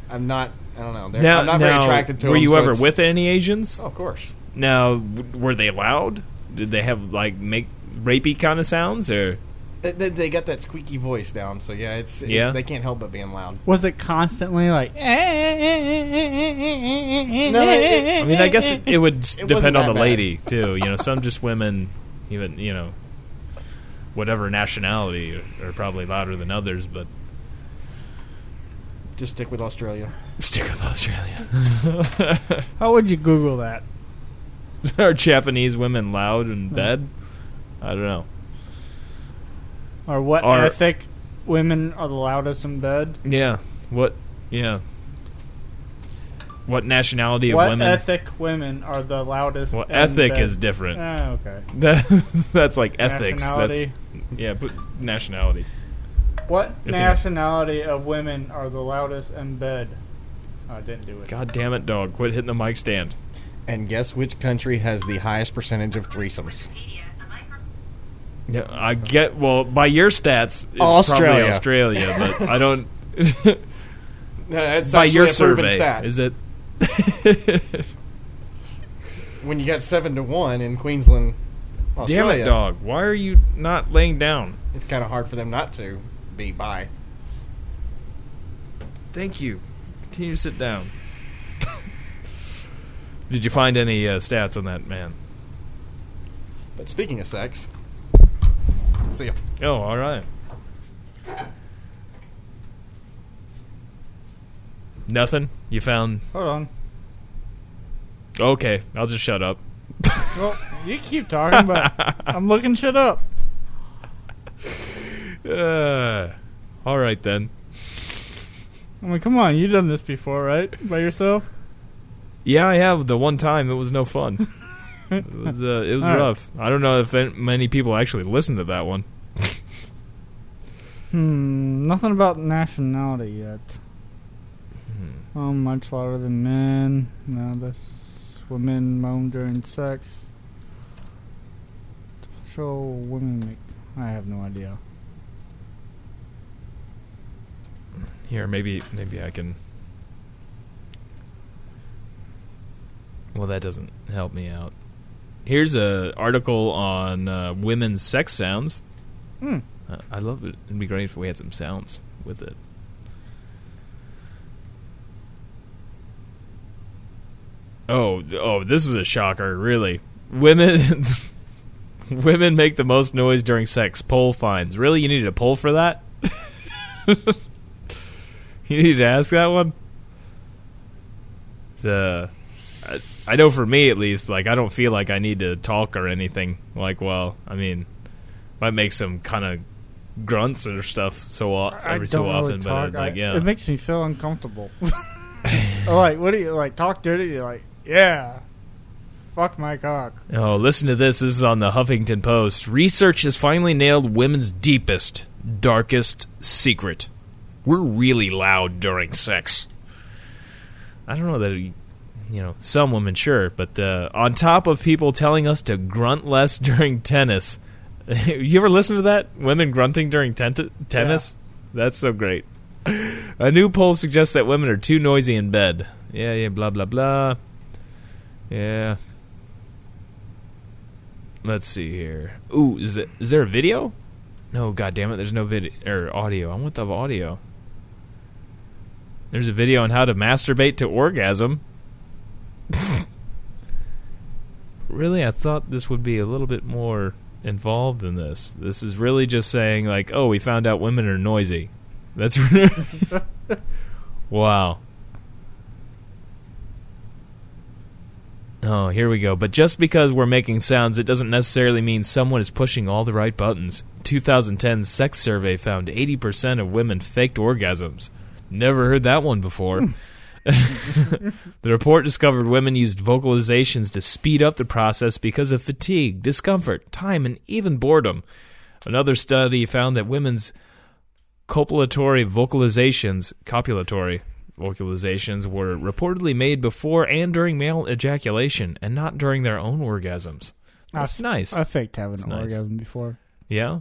am not i don't know They're-
Now,
i'm not
now,
very attracted to
Were
them,
you
so
ever
it's-
with any Asians?
Oh, of course.
Now, w- were they loud? Did they have like make rapey kind of sounds, or
They, they, they got that squeaky voice down, so yeah, it's it-
Yeah.
they can't help but being loud.
Was it constantly
*laughs*
like?
I mean, I guess it, it would s-
Eh, It wasn't
depend on the
that bad.
lady too. You know, some just women, even you know, whatever nationality, are, are probably louder than others. But
Just stick with Australia.
stick with Australia. *laughs*
How would you Google that?
are Japanese women loud in bed? I don't know.
Or what
Or-
ethnic women are the loudest in bed?
Yeah. What? Yeah. What nationality of
what
women?
ethic women are the loudest?
well,
in
ethic
bed?
is different.
Oh, okay.
*laughs* That, that's like ethics. That's
Nationality.
yeah, but nationality.
What
It's a-
nationality of women are the loudest in bed? Oh, I didn't do it.
God damn it, dog! Quit hitting the mic stand.
And guess which country has the highest percentage of threesomes?
Yeah, I get. Well, by your stats, it's
Australia.
probably Australia, but I don't.
No, that's
by your
actually a proven
survey,
stat.
is it? *laughs*
when you got seven to one in Queensland,
damn
Australia,
it, dog! Why are you not laying down?
it's kind of hard for them not to be by.
Thank you. Continue to sit down. *laughs* Did you find any uh, stats on that man?
But speaking of sex, see ya.
Oh, all right. Nothing. You found.
Hold on.
Okay, I'll just shut up.
Well, you keep talking, but I'm looking shit up.
Uh, all right then.
I mean, come on, you done this before, right? By yourself?
Yeah, I have. The one time, it was no
*laughs*
fun. it was, uh, it was
All right.
rough. I don't know if an- many people actually listened to that one.
Hmm, nothing about nationality yet.
Hmm.
Oh, much louder than men. No, that's women moan during sex. Show women make. I have no idea.
Here, maybe, maybe I can. Well, that doesn't help me out. Here's a article on uh, women's sex sounds.
Hmm.
Uh, I love it. It'd be great if we had some sounds with it. Oh, d- oh, this is a shocker, really. Women *laughs* women make the most noise during sex. Poll finds. Really, you needed a poll for that? *laughs* you needed to ask that one? It's, uh, I, I know for me at least, like I don't feel like I need to talk or anything. Like, well, I mean, might make some kind of grunts or stuff so o- every so often, but uh, like
I-
yeah,
It makes me
*laughs*
feel uncomfortable. *laughs* like, what do you like? Talk dirty? You're like, yeah. Fuck my cock.
Oh, listen to this. This is on the Huffington Post. Research has finally nailed women's deepest, darkest secret. We're really loud during sex. I don't know that, you know, some women sure, but uh, on top of people telling us to grunt less *laughs* during tennis, you ever listen to that? Women grunting during ten- tennis? That's so great. A new poll suggests that women are too noisy in bed. Yeah, yeah, blah, blah, blah. Yeah. Let's see here. Ooh, is, th- is there a video? No, god damn it, there's no video or audio. I want the audio. There's a video on how to masturbate to orgasm. *laughs* really, I thought this would be a little bit more involved in this. This is really just saying like, "Oh, we found out women are noisy." That's *laughs* Wow. Oh, here we go. But just because we're making sounds, it doesn't necessarily mean someone is pushing all the right buttons. 2010 sex survey found 80% of women faked orgasms. Never heard that one before. *laughs* the report discovered women used vocalizations to speed up the process because of fatigue, discomfort, time, and even boredom. Another study found that women's copulatory vocalizations, copulatory vocalizations were reportedly made before and during male ejaculation and not during their own orgasms. That's
I-
nice.
I faked having an
nice.
orgasm before.
yeah.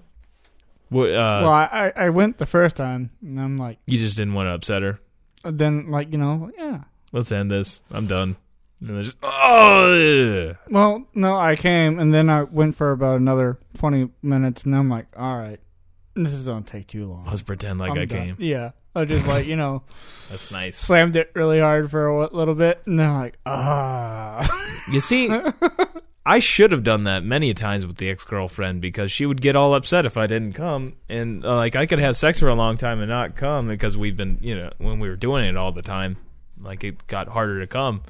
Wha- uh,
well, I, I I went the first time, and I'm like,
you just didn't want to upset her.
then like you know, yeah.
Let's end this. I'm done. And they're just, oh, ugh."
Well, no, I came and then I went for about another 20 minutes and I'm like, all right, this is going to take too long.
let's pretend like
I'm
i
done.
came.
Yeah. I just like, you know,
That's *laughs* nice.
slammed it really hard for a wh- little bit and then I'm like, ah.
You see, I should have done that many times with the ex girlfriend because she would get all upset if I didn't come, and uh, like I could have sex for a long time and not come because we've been, you know, when we were doing it all the time, like it got harder to come.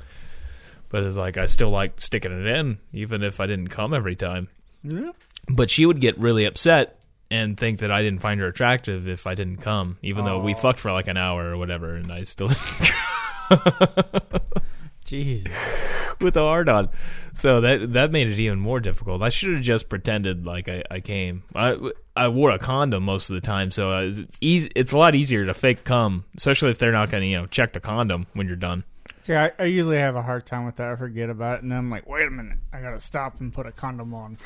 But it's like I still like sticking it in, even if I didn't come every time.
Yeah.
But she would get really upset and think that I didn't find her attractive if I didn't come, even though we fucked for like an hour or whatever, and I still *laughs*
Jesus.
*laughs* with a hard on. So that that made it even more difficult. I should have just pretended like I, I came. I, I wore a condom most of the time, so I was easy, it's a lot easier to fake cum, especially if they're not going to you know check the condom when you're done.
See, I, I usually have a hard time with that. I forget about it and then I'm like, wait a minute. I got to stop and put a condom on.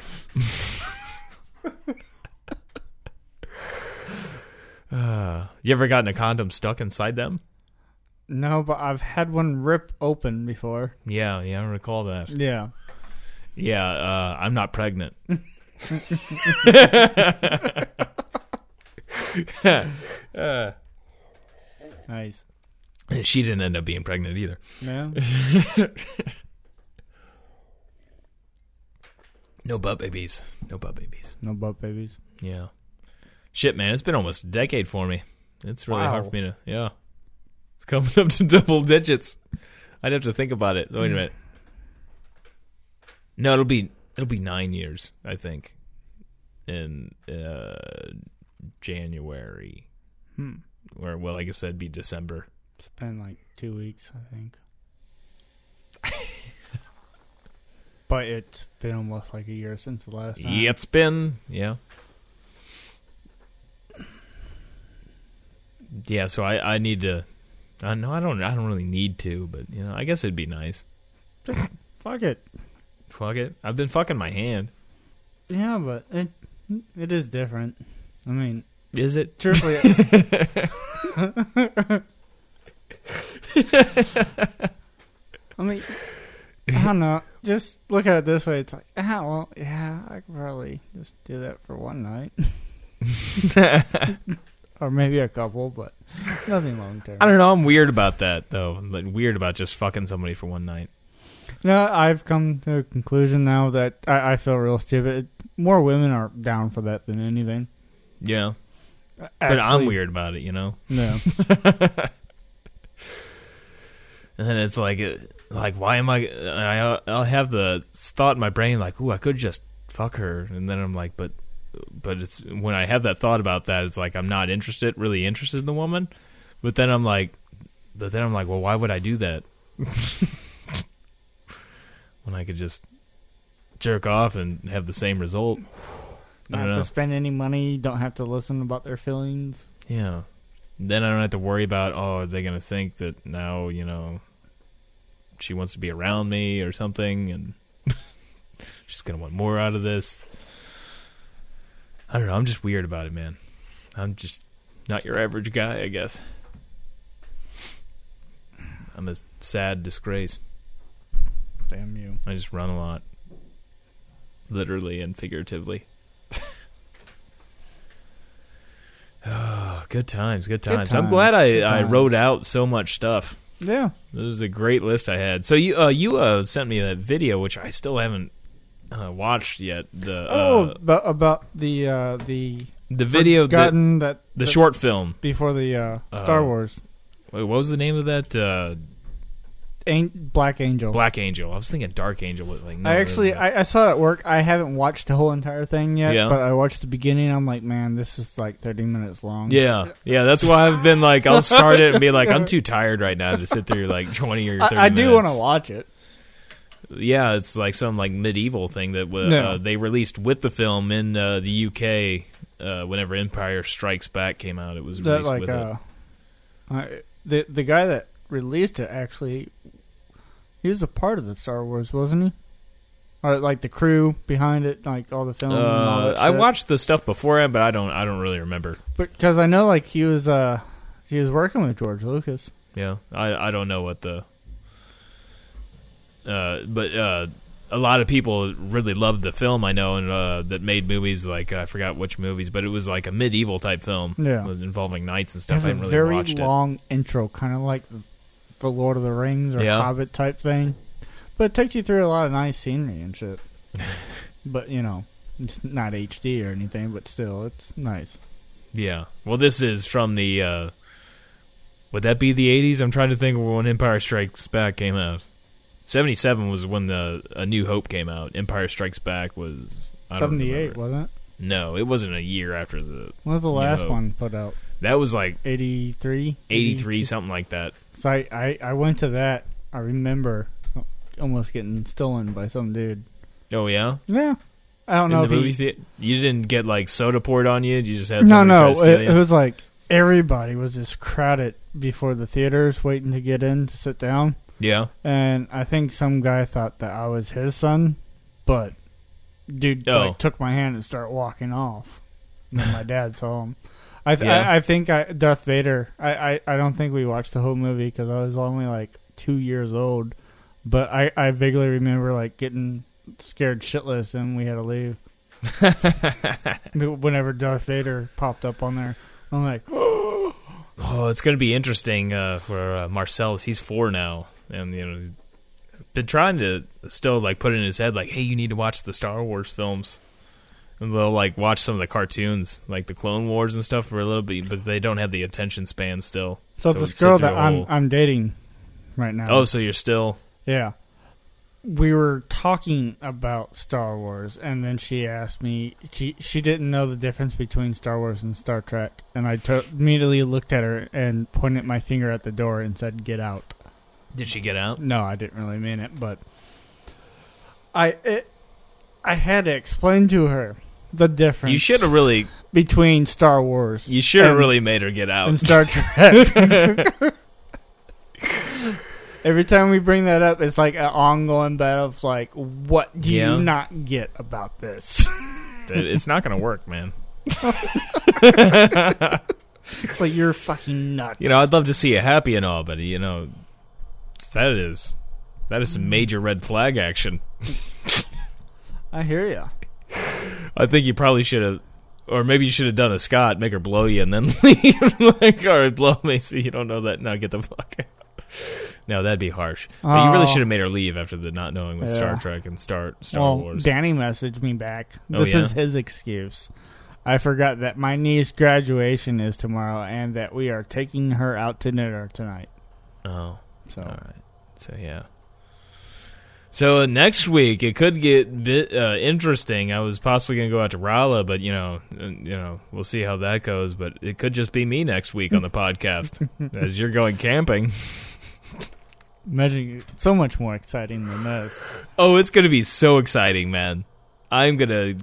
You ever gotten a condom stuck inside them?
No, but I've had one rip open before.
Yeah, yeah, I recall that.
Yeah.
Yeah, uh, I'm not pregnant.
Nice.
She didn't end up being pregnant either.
Yeah.
No butt babies. No butt babies.
no butt babies.
Yeah. Shit, man, it's been almost a decade for me. It's really hard for me to. Yeah. It's coming up to *laughs* double digits. I'd have to think about it. Wait a minute. No, it'll be it'll be nine years, I think, in uh, January, or well, like I said, be December.
It's been like two weeks, I think. but it's been almost like a year since the last time.
Yeah, it's been yeah. Yeah, so I, I need to. I know I don't I don't really need to, but you know I guess it'd be nice.
Fuck it.
Fuck it, I've been fucking my hand.
Yeah, but it it is different. I mean,
Is it?
*laughs* truthfully, I mean, I don't know. Just look at it this way. It's like, ah, well, yeah, I could probably just do that for one night, *laughs* or maybe a couple, but *laughs* nothing long term.
I don't know. I'm weird about that though. I'm like, weird about just fucking somebody for one night.
No, I've come to a conclusion now that I, I feel real stupid. More women are down for that than anything.
Yeah, but I'm
Actually,
weird about it. You know. *laughs*
No,
And then it's like, uh, like why am I? and I I'll have the thought in my brain like, ooh, I could just fuck her, and then I'm like, but, but it's when I have that thought about that, it's like I'm not interested, really interested in the woman, but then I'm like, but then I'm like, well, why would I do that? *laughs* when I could just jerk off and have the same result. I
not
don't know.
to spend any money. Don't have to listen about their feelings.
Yeah. Then I don't have to worry about oh, are they gonna think that now you know she wants to be around me or something, and *laughs* she's gonna want more out of this. I don't know. I'm just weird about it, man. I'm just not your average guy, I guess. I'm a sad disgrace.
Damn you!
I just run a lot, literally and figuratively. *sighs* oh, good times, good
Good
times. I'm
times,
glad I,
good
I
times.
wrote out so much stuff.
Yeah,
This is a great list I had. So you uh, you uh, sent me that video, which I still haven't uh, watched yet. The
Oh,
uh,
but about the uh, the
the video the,
gotten that
the short film.
before the uh, Star
Uh,
Wars
Wait, what was the name of that? Uh,
An- Black Angel.
Black Angel. I was thinking Dark Angel. but, Like, no,
I actually
that-
I, I saw it at work. I haven't watched the whole entire thing yet,
Yeah.
but I watched the beginning. I'm like, man, this is like 30 minutes long.
Yeah, yeah. That's why I've been like, I'll start it and be like, I'm too tired right now to sit through like 20 or 30
I, I do
minutes.
want to watch it.
Yeah, it's like some like medieval thing that uh,
No.
they released with the film in uh, the UK. Uh, whenever Empire Strikes Back came out, it was
that
released
like
with
uh, I, the the guy that released it actually he was a part of the Star Wars, wasn't he? Or like the crew behind it, like all the
it.
film. and all
Uh,
that
I
shit.
watched the stuff beforehand, but I don't. I don't really remember.
because I know like he was uh he was working with George Lucas.
Yeah, I I don't know what the Uh, but uh, a lot of people really loved the film. I know, and uh, that made movies like I forgot which movies, but it was like a medieval type film,
Yeah.
with- involving knights and
It
stuff.
has
I
a
haven't really
very
watched
long intro, kind of like the Lord of the Rings or
Yeah.
Hobbit type thing. But it takes you through a lot of nice scenery
*laughs*
and shit. but you know, it's not HD or anything, but still, it's nice.
it. Yeah. Well, this is from the. Uh, would that be the '80s? I'm trying to think of when Empire Strikes Back came out. '77 was when the A New Hope came out. Empire Strikes Back was I don't
Seventy-eight,
remember.
wasn't it?
No, it wasn't a year after the.
When was the
New
last
Hope.
one put out?
That was like
83?
83, something like that.
So I, I, I went to that. I remember almost getting stolen by some dude.
Oh yeah.
Yeah. I don't
In
know
the
if
movie
he,
theater, you didn't get like soda poured on you. You just had
No,
someone
no.
try to steal
It,
you?
it was like everybody was just crowded before the theaters waiting to get in to sit down.
yeah.
And I think some guy thought that I was his son, but dude
Oh.
like, took my hand and started walking off.
*laughs*
And then my dad saw him. I, th-
Yeah.
I, I think I, Darth Vader. I, I, I don't think we watched the whole movie because I was only like two years old, but I, I vaguely remember like getting scared shitless and we had to leave.
*laughs*
Whenever Darth Vader popped up on there, I'm like,
Oh, it's gonna be interesting. Uh, for uh, Marcel's, he's four now, and you know, been trying to still like put it in his head like, hey, you need to watch the Star Wars films. And they'll like watch some of the cartoons, like the Clone Wars and stuff, for a little bit, but they don't have the attention span still.
so
Don't
this
sit
girl
through
that
a
I'm
whole-
I'm dating right now.
Oh, so you're still
Yeah. We were talking about Star Wars, and then she asked me she she didn't know the difference between Star Wars and Star Trek, and I to- immediately looked at her and pointed my finger at the door and said, "Get out."
did she get out?
No, I didn't really mean it, but I it, I had to explain to her the difference
You should have really,
between Star Wars
you should have
and-
really made her get out.
and Star Trek. *laughs* Every time we bring that up, it's like an ongoing battle of like, what do
Yeah.
you not get about this?
*laughs* It- it's not gonna work, man.
it's like you're fucking nuts.
You know, I'd love to see you happy and all, but you know, that is that
Mm.
is some major red flag action.
I hear you.
I think you probably should have, or maybe you should have done a Scott, make her blow you, and then *laughs* leave. like, all right, blow me, so you don't know that. Now get the fuck out. No, that'd be harsh. But you really
Oh.
should have made her leave after the not knowing with Star
Yeah.
Trek and Star Star
Well,
Wars.
Danny messaged me back.
Oh,
this
yeah?
is his excuse. I forgot that my niece's graduation is tomorrow and that we are taking her out to dinner tonight.
Oh,
So
all right. So yeah. So uh, next week it could get bit uh, interesting. I was possibly going to go out to Rala, but you know, uh, you know, we'll see how that goes. But it could just be me next week on the podcast as you're going camping.
imagine so much more exciting than this.
Oh, it's going to be so exciting, man. I'm going to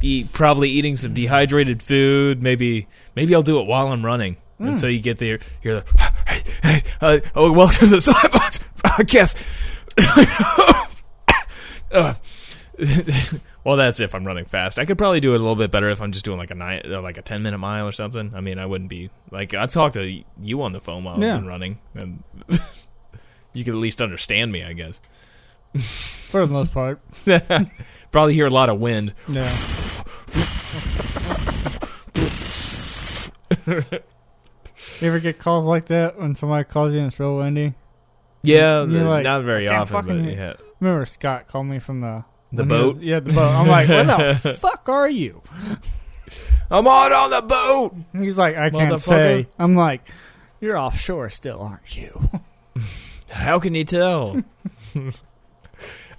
be probably eating some dehydrated food. Maybe maybe I'll do it while I'm running. And so you get there, you're like, hey, hey, uh, oh, welcome *laughs* to the Slapbox podcast. *coughs* uh, *laughs* well, that's if I'm running fast. I could probably do it a little bit better if I'm just doing like a nine, uh, like a ten minute mile or something. I mean, I wouldn't be like I've talked to you on the phone while
Yeah.
I've been running, and *laughs* you could at least understand me, I guess.
For the most part.
*laughs* Probably hear a lot of wind.
Yeah. *laughs* you ever get calls like that when somebody calls you and it's real windy?
Yeah,
You're
the-
like,
not very
I can't
often, but
fucking-
yeah.
Remember Scott called me from the
The
when he was-
boat?
yeah, the boat. I'm like, where the
*laughs*
fuck are you?
I'm on on the boat.
And he's like, I can't
Motherfucker.
say. I'm like, you're offshore still, aren't you?
How can you
*laughs*
tell?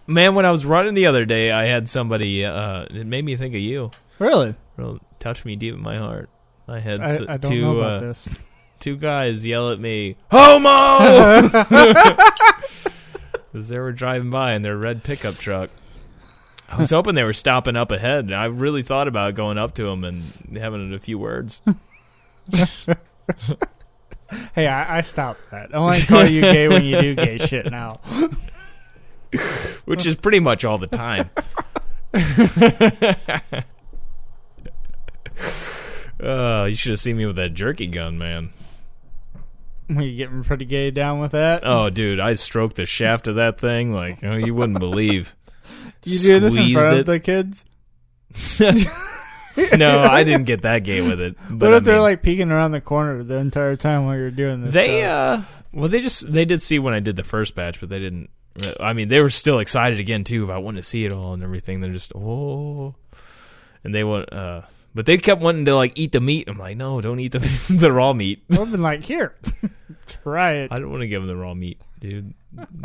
Man, when I was running the other day, I had somebody. Uh, it made me think of you.
Really?
Real, touched me deep in my heart. I had
I,
s-
I don't
two
know about
uh,
this.
two guys yell at me, "Homo!" *laughs* As they were driving by in their red pickup truck. I was hoping they were stopping up ahead. and I really thought about going up to them and having a few words.
Hey, I, I stopped that. I only call you gay when you
*laughs*
do gay shit now.
which is pretty much all the time. *laughs* Oh, uh, you should have seen me with that jerky gun, man.
Were you getting pretty gay down with that?
Oh, dude, I stroked the shaft of that thing like oh, you wouldn't believe.
you do this in
Squeezed
front
it.
of the kids?
*laughs* no, I didn't get that gay with it. But
What
I
if they're
mean-
like peeking around the corner the entire time while you're doing this?
they
stuff?
uh well they just they did see when I did the first batch, but they didn't I mean they were still excited again too about wanting to see it all and everything. They're just oh and they want uh but they kept wanting to like eat the meat. I'm like, no, don't eat the *laughs* the raw meat.
I've been like, here, *laughs* try it.
I don't want to give them the raw meat, dude.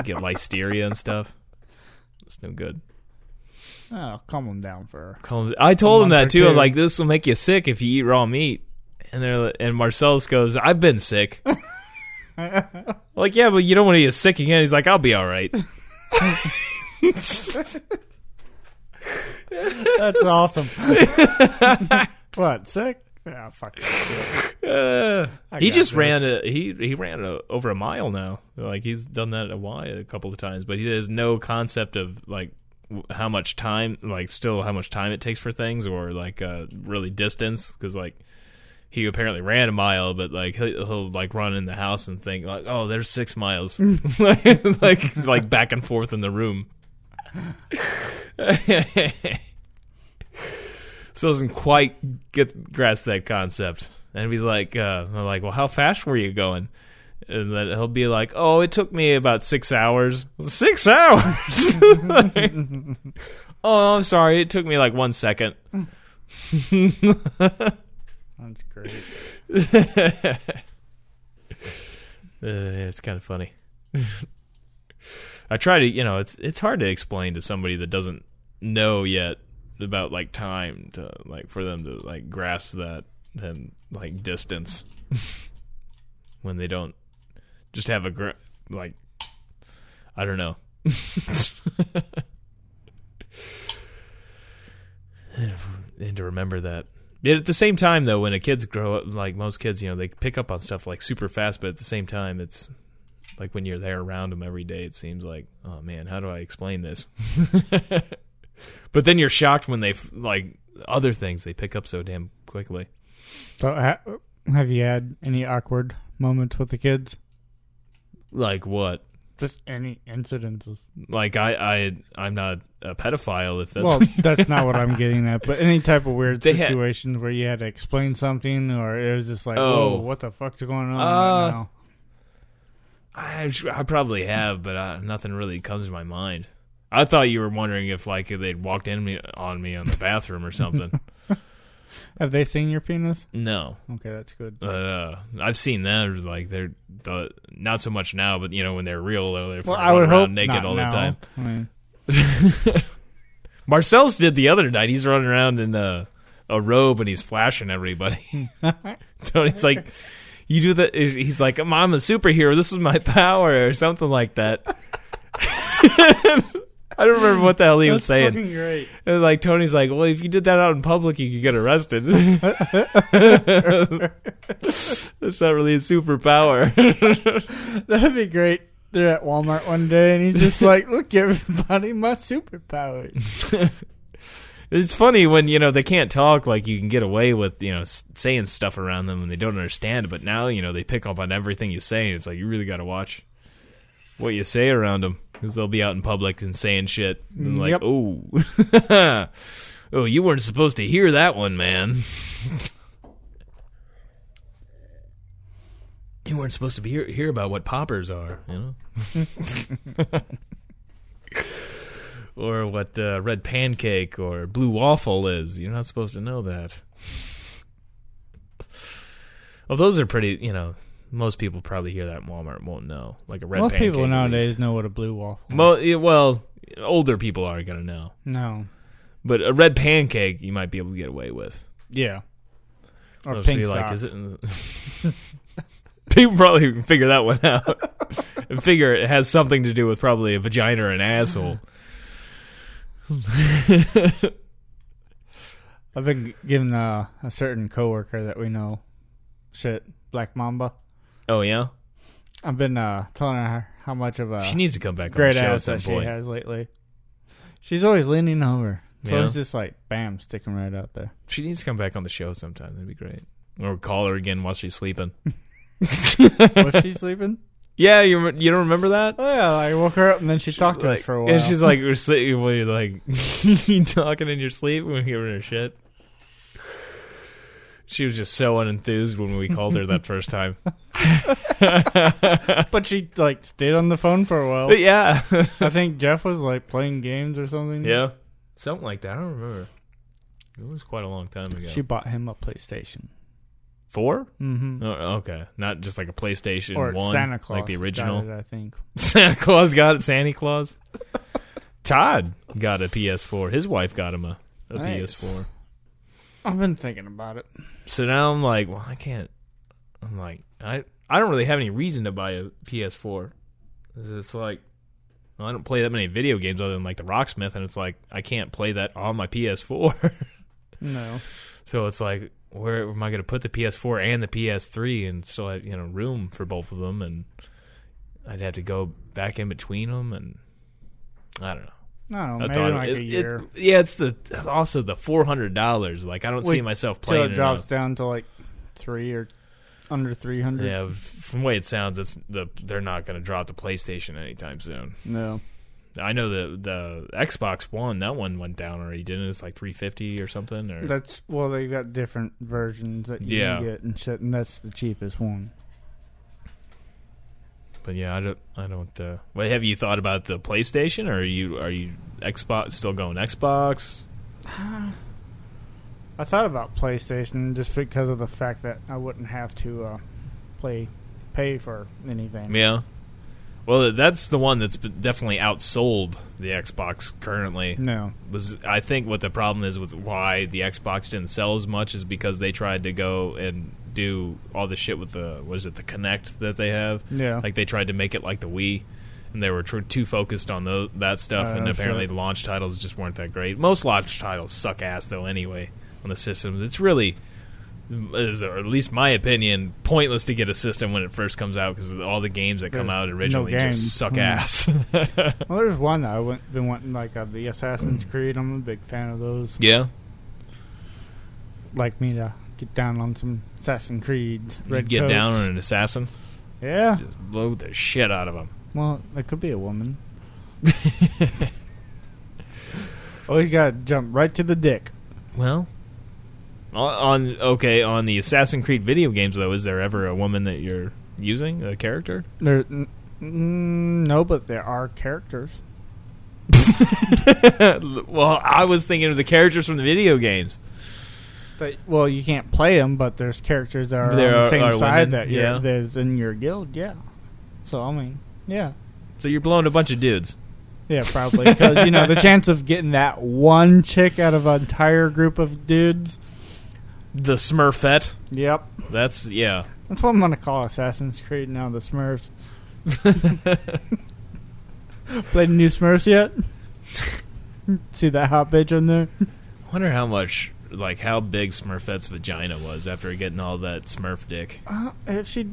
Get listeria and stuff. It's no good.
Oh, calm them down
*laughs*
for.
Combs- I told him
month
that
or
too. I was
two.
like, "This will make you sick if you eat raw meat." And they're like- and Marcellus goes, "I've been
*laughs*
sick." like, yeah, but you don't want to get sick again. He's like, "I'll be all right."
That's
*laughs*
awesome. what sick? Yeah, fuck. That shit.
Uh,
I
he
got
just
this.
ran a he he ran a, over a mile now. Like he's done that a while a couple of times, but he has no concept of like w- how much time, like still how much time it takes for things, or like uh, really distance. Because like he apparently ran a mile, but like he'll, he'll like run in the house and think like, oh, there's six
*laughs*
miles, *laughs* like like like back and forth in the room. *laughs* Still doesn't quite get grasp that concept. And be like, uh, I'm like, well, how fast were you going? And then he'll be like, oh, it took me about six hours. Six hours? *laughs* oh, I'm sorry. It took me like one second.
That's great.
Uh, Eh, it's kind of funny. *laughs* I try to, you know, it's it's hard to explain to somebody that doesn't know yet about like time to like for them to like grasp that and like distance *laughs* when they don't just have a gr- like I don't know. *laughs* and to remember that. Yet at the same time, though, when a kids grow up, like most kids, you know, they pick up on stuff like super fast. But at the same time, it's like when you're there around them every day, it seems like, oh man, how do I explain this? *laughs* but then you're shocked when they f- like other things they pick up so damn quickly.
So, ha- have you had any awkward moments with the kids?
Like what?
Just any incidences?
Like I, I, I'm not a pedophile. If that's *laughs*
well, that's not what I'm getting at. But any type of weird
They had-
situations where you had to explain something, or it was just like,
Oh.
oh, what the fuck's going on
Uh,
right now?
I, I probably have, but I, nothing really comes to my mind. I thought you were wondering if like they'd walked in me on me on the bathroom or something.
Have they seen your penis?
no,
Okay, that's good.
but uh, I've seen them like they're the, not so much now, but you know when they're real, they're
Well, I would hope
naked
not
all
now.
the time.
I mean,
Marcel's did the other night. He's running around in a, a robe and he's flashing
*laughs*
everybody. Tony's like, "You do that?" He's like, "I'm I'm a superhero. This is my power," or something like that. *laughs* I don't remember what the hell he was saying.
fucking great.
And, like Tony's like, well, if you did that out in public, you could get arrested. *laughs* That's not really a superpower. *laughs*
*laughs* That'd be great. They're at Walmart one day, and he's just like, "Look, everybody, my superpowers."
it's funny when you know they can't talk. Like you can get away with you know s- saying stuff around them and they don't understand. But now you know they pick up on everything you say. And it's like you really got to watch what you say around them because they'll be out in public and saying shit. And like,
Yep.
oh, *laughs* oh, you weren't supposed to hear that one, man. you weren't supposed to be hear, hear about what poppers are, you know, *laughs* or what uh, red pancake or blue waffle is. You're not supposed to know that. Well, those are pretty. You know, most people probably hear that in Walmart and won't know. Like a red.
Most people
pancake, at least.
nowadays know what a blue waffle.
Mo- yeah, well, older people aren't going to know.
No,
But a red pancake, you might be able to get away with.
yeah,
They'll
or
just
pink
be like,
sock.
is it? in the- *laughs* people probably can figure that one out.
*laughs*
and figure it has something to do with probably a vagina or an asshole.
I've been giving uh, a certain coworker that we know shit, Black Mamba.
Oh, yeah?
I've been uh, telling her how much of a
she needs to come back on
Uh, great
the show at
ass
some
that she
point.
has lately. She's always leaning over, so
Yeah.
it's just like bam,
*laughs*
sticking right out there. *laughs*
She needs to come back on the show sometime. That'd be great. Or call her again while she's sleeping. *laughs*
Was she sleeping?
Yeah, you rem- you don't remember that?
Oh, yeah, I woke her up and then she talked to
like,
us for a while.
And she's
*laughs*
like, we're sleep- what are you like, *laughs* you talking in your sleep when we giving her shit? She was just so unenthused when we called her that first
*laughs*
time. *laughs*
but she like stayed on the phone for a
But
while.
yeah.
*laughs* I think Jeff was like playing games or something.
yeah. Something like that. I don't remember. It was quite a long time ago.
She bought him a PlayStation.
Four?
Mm-hmm.
Oh, okay. Not just like a PlayStation
Or
1.
Santa Claus.
Like the
got
original.
it, I think.
*laughs* Santa Claus got it. Santa Claus. Todd got a PS4. His wife got him a, a
Nice.
PS4.
I've been thinking about it.
So now I'm like, well, I can't. I'm like, I I don't really have any reason to buy a PS4. It's just like, well, I don't play that many video games other than like the Rocksmith, and it's like I can't play that on my *laughs* PS4.
No.
so it's like, where am I going to put the PS4 and the PS3 and still have you know room for both of them? And I'd have to go back in between them, and I don't know.
I don't know.
I
Maybe
thought
like
it-
a
it-
year.
yeah, it's the also the four hundred dollars. Like I don't see
Wait,
myself
Till
playing.
it
in
drops
a-
down to like three or under 300.
Yeah, from the way it sounds, it's the they're not going to drop the PlayStation anytime soon.
No.
I know the the Xbox One that one went down already, didn't it? It's like three fifty or something. Or
That's well, they got different versions that you
Yeah.
can get and shit, and that's the cheapest one.
but yeah, I don't I don't. Uh, what have you thought about the PlayStation? Or are you are you Xbox still going Xbox?
I thought about PlayStation just because of the fact that I wouldn't have to uh, play pay for anything.
Yeah. Well, that's the one that's been- definitely outsold the Xbox currently.
No.
was I think what the problem is with why the Xbox didn't sell as much is because they tried to go and do all the shit with the was it the Connect that they have?
Yeah.
Like they tried to make it like the Wii, and they were tr- too focused on tho- that stuff, and
Oh,
apparently
shit.
the launch titles just weren't that great. Most launch titles suck ass though anyway on the systems. It's really is, or at least my opinion, pointless to get a system when it first comes out because all the games that come
There's
out
no
originally
games.
just suck
Hmm.
ass. *laughs*
Well, there's one that I've went- been wanting, like uh, the Assassin's Creed. I'm a big fan of those.
yeah,
Like me to get down on some Assassin's Creed.
Red
Red
get down
coats.
on an assassin.
Yeah.
just blow the shit out of them.
Well, it could be a woman. *laughs* oh, you gotta jump right to the dick.
Well, on on- okay on the Assassin's Creed video games though, is there ever a woman that you're using a character? *laughs*
There, n- n- no, but there are characters.
well, I was thinking of the characters from the video games.
That, well, you can't play them, but there's characters that are
There
on the
are-
same
are
side
women,
that you're,
yeah.
there's in your guild. Yeah. So I mean, yeah,
So you're blowing a bunch of dudes.
yeah, probably because you know the chance of getting that one chick out of an entire group of dudes.
The Smurfette.
Yep,
That's
*laughs*
yeah.
that's what I'm gonna call Assassin's Creed now. The Smurfs. Played new Smurfs yet? *laughs* See that hot bitch in there?
Wonder how much like how big Smurfette's vagina was after getting all that Smurf dick.
Uh, if she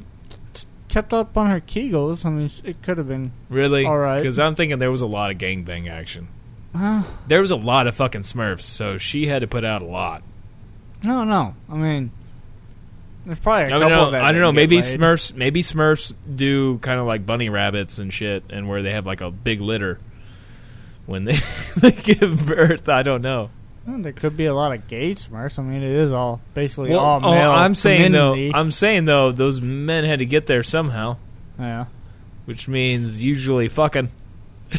t- kept up on her kegels, I mean, sh- it could have been.
Really?
All right.
Because I'm thinking there was a lot of gangbang action.
Uh,
There was a lot of fucking Smurfs, so she had to put out a lot.
no, no. I mean, there's probably a
I don't
couple
know.
that
I don't
didn't
know.
get
Maybe
laid.
Smurfs. Maybe Smurfs do kind of like bunny rabbits and shit, and where they have like a big litter when they, *laughs* they give birth. I don't know.
Well, there could be a lot of gay Smurfs. I mean, it is all basically
Well,
all
oh,
male.
I'm saying
community.
though. I'm saying though. Those men had to get there somehow,
yeah.
which means usually fucking. *laughs*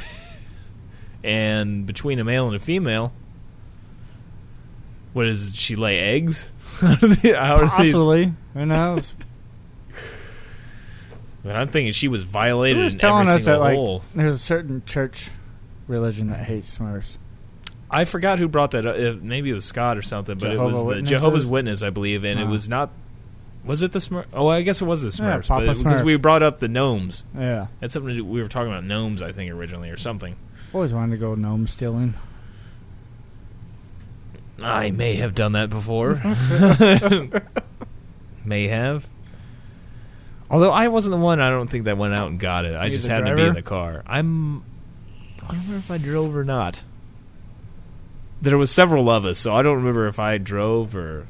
and between a male and a female, what is she lay eggs? *laughs* How do they- how are these-
Possibly.
*laughs*
Who knows?
But I'm thinking she was
Who
violated
was
in every
telling us that,
single
like,
hole.
there's a certain church religion that hates Smurfs?
I forgot who brought that up. If- Maybe it was Scott or something, but it was
Jehovah
the
Witnesses?
Jehovah's Witness, I believe, and it
Ah.
was not. Was it the Smurf? Oh, I guess it was the
Yeah,
Smurfs,
Papa
but it- because
Smurf.
we brought up the gnomes.
Yeah.
That's something to do, we were talking about gnomes, I think, originally or something.
Always wanted to go gnome stealing.
I may have done that before. *laughs* may have. Although I wasn't the one, I don't think that went out and got it. I
You
just
the
happened to be in
driver?
the car. I'm. I don't remember if I drove or not. There was several of us, so I don't remember if I drove or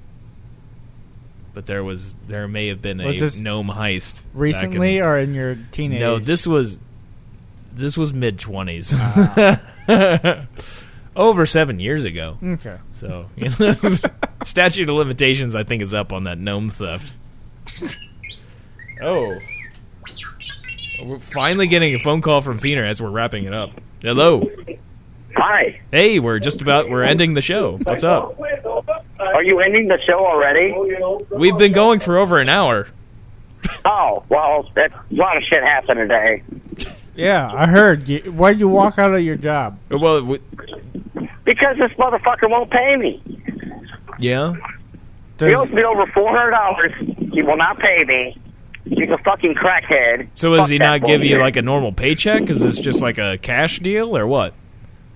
but there was there may have been a
Was this
gnome heist back in-
Recently or in your teenage?
no, this was this was mid twenties,
Ah.
*laughs* over seven years ago.
Okay.
So you know, *laughs* statute of limitations, I think, is up on that gnome theft. oh, we're finally getting a phone call from Feener as we're wrapping it up. Hello.
Hi.
Hey, we're just about we're ending the show. What's up?
Are you ending the show already?
We've been going for over an hour.
Oh, well, that, a lot of shit happened today.
Yeah, I heard. You, why'd you walk out of your job?
Well, we,
Because this motherfucker won't pay me.
yeah.
He
Does,
owes me over $400. He will not pay me. He's a fucking crackhead.
So does
Fuck
he
that
not give you
bullshit.
like a normal paycheck? Is this just like a cash deal or what?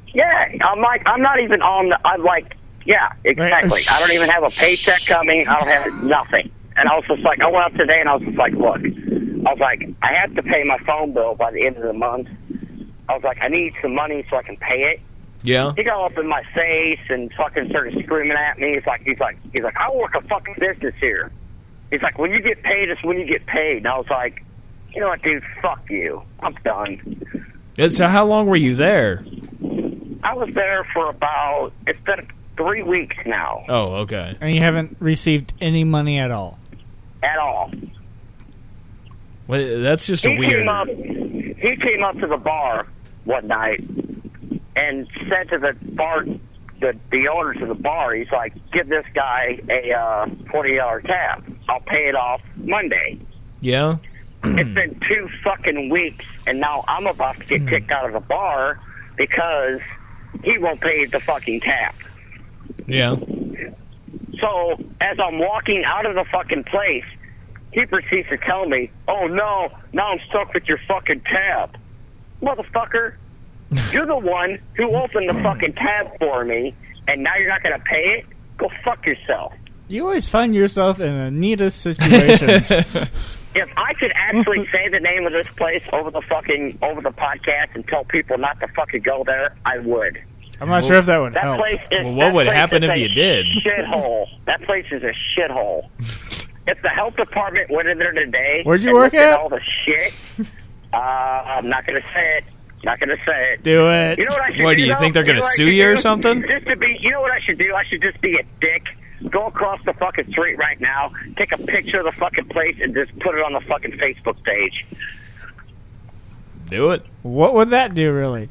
Yeah, I'm like, I'm not even on the, I'm like, yeah, exactly. I don't even have a paycheck coming. I don't have nothing. And I was just like, I went out today and I was just like, look, I was like, I have to pay my phone bill by the end of the month. I was like, I need some money so I can pay it.
Yeah.
He got up in my face and fucking started screaming at me. He's like, he's like, he's like, I work a fucking business here. He's like, when you get paid, it's when you get paid. And I was like, you know what, dude, fuck you. I'm done.
Yeah, So how long were you there?
I was there for about, it's been three weeks now
Oh, okay.
and you haven't received any money at all.
at all.
Well, that's just
He
weird.
came up, he came up to the bar one night and said to the bar, the, the owners of the bar, he's like, give this guy a uh, $40 tab. I'll pay it off Monday.
Yeah.
it's been two fucking weeks, and now I'm about to get kicked out of the bar because he won't pay the fucking tab.
Yeah.
So as I'm walking out of the fucking place, he proceeds to tell me, "Oh no, now I'm stuck with your fucking tab, motherfucker. You're the one who opened the fucking tab for me, and now you're not gonna pay it. Go fuck yourself."
You always find yourself in Anita situations.
*laughs*
If I could actually say the name of this place over the fucking over the podcast and tell people not to fucking go there, I would.
I'm not sure if that would
That
help.
place is.
Well, what
that
would
place
happen
is
if
a
you did?
Shithole. That place is a
*laughs*
shithole. if the health department went in there today,
Where'd you
and
work
looked
at?
All the shit.
*laughs*
Uh, I'm not gonna say it. Not gonna say it.
Do it.
You know what I should
What,
do?
do you
though?
think they're
know
gonna
what I
sue
should
you or
do?
something?
Just to be, you know what I should do? I should just be a dick. Go across the fucking street right now, take a picture of the fucking place, and just put it on the fucking Facebook page.
Do it.
What would that do, really?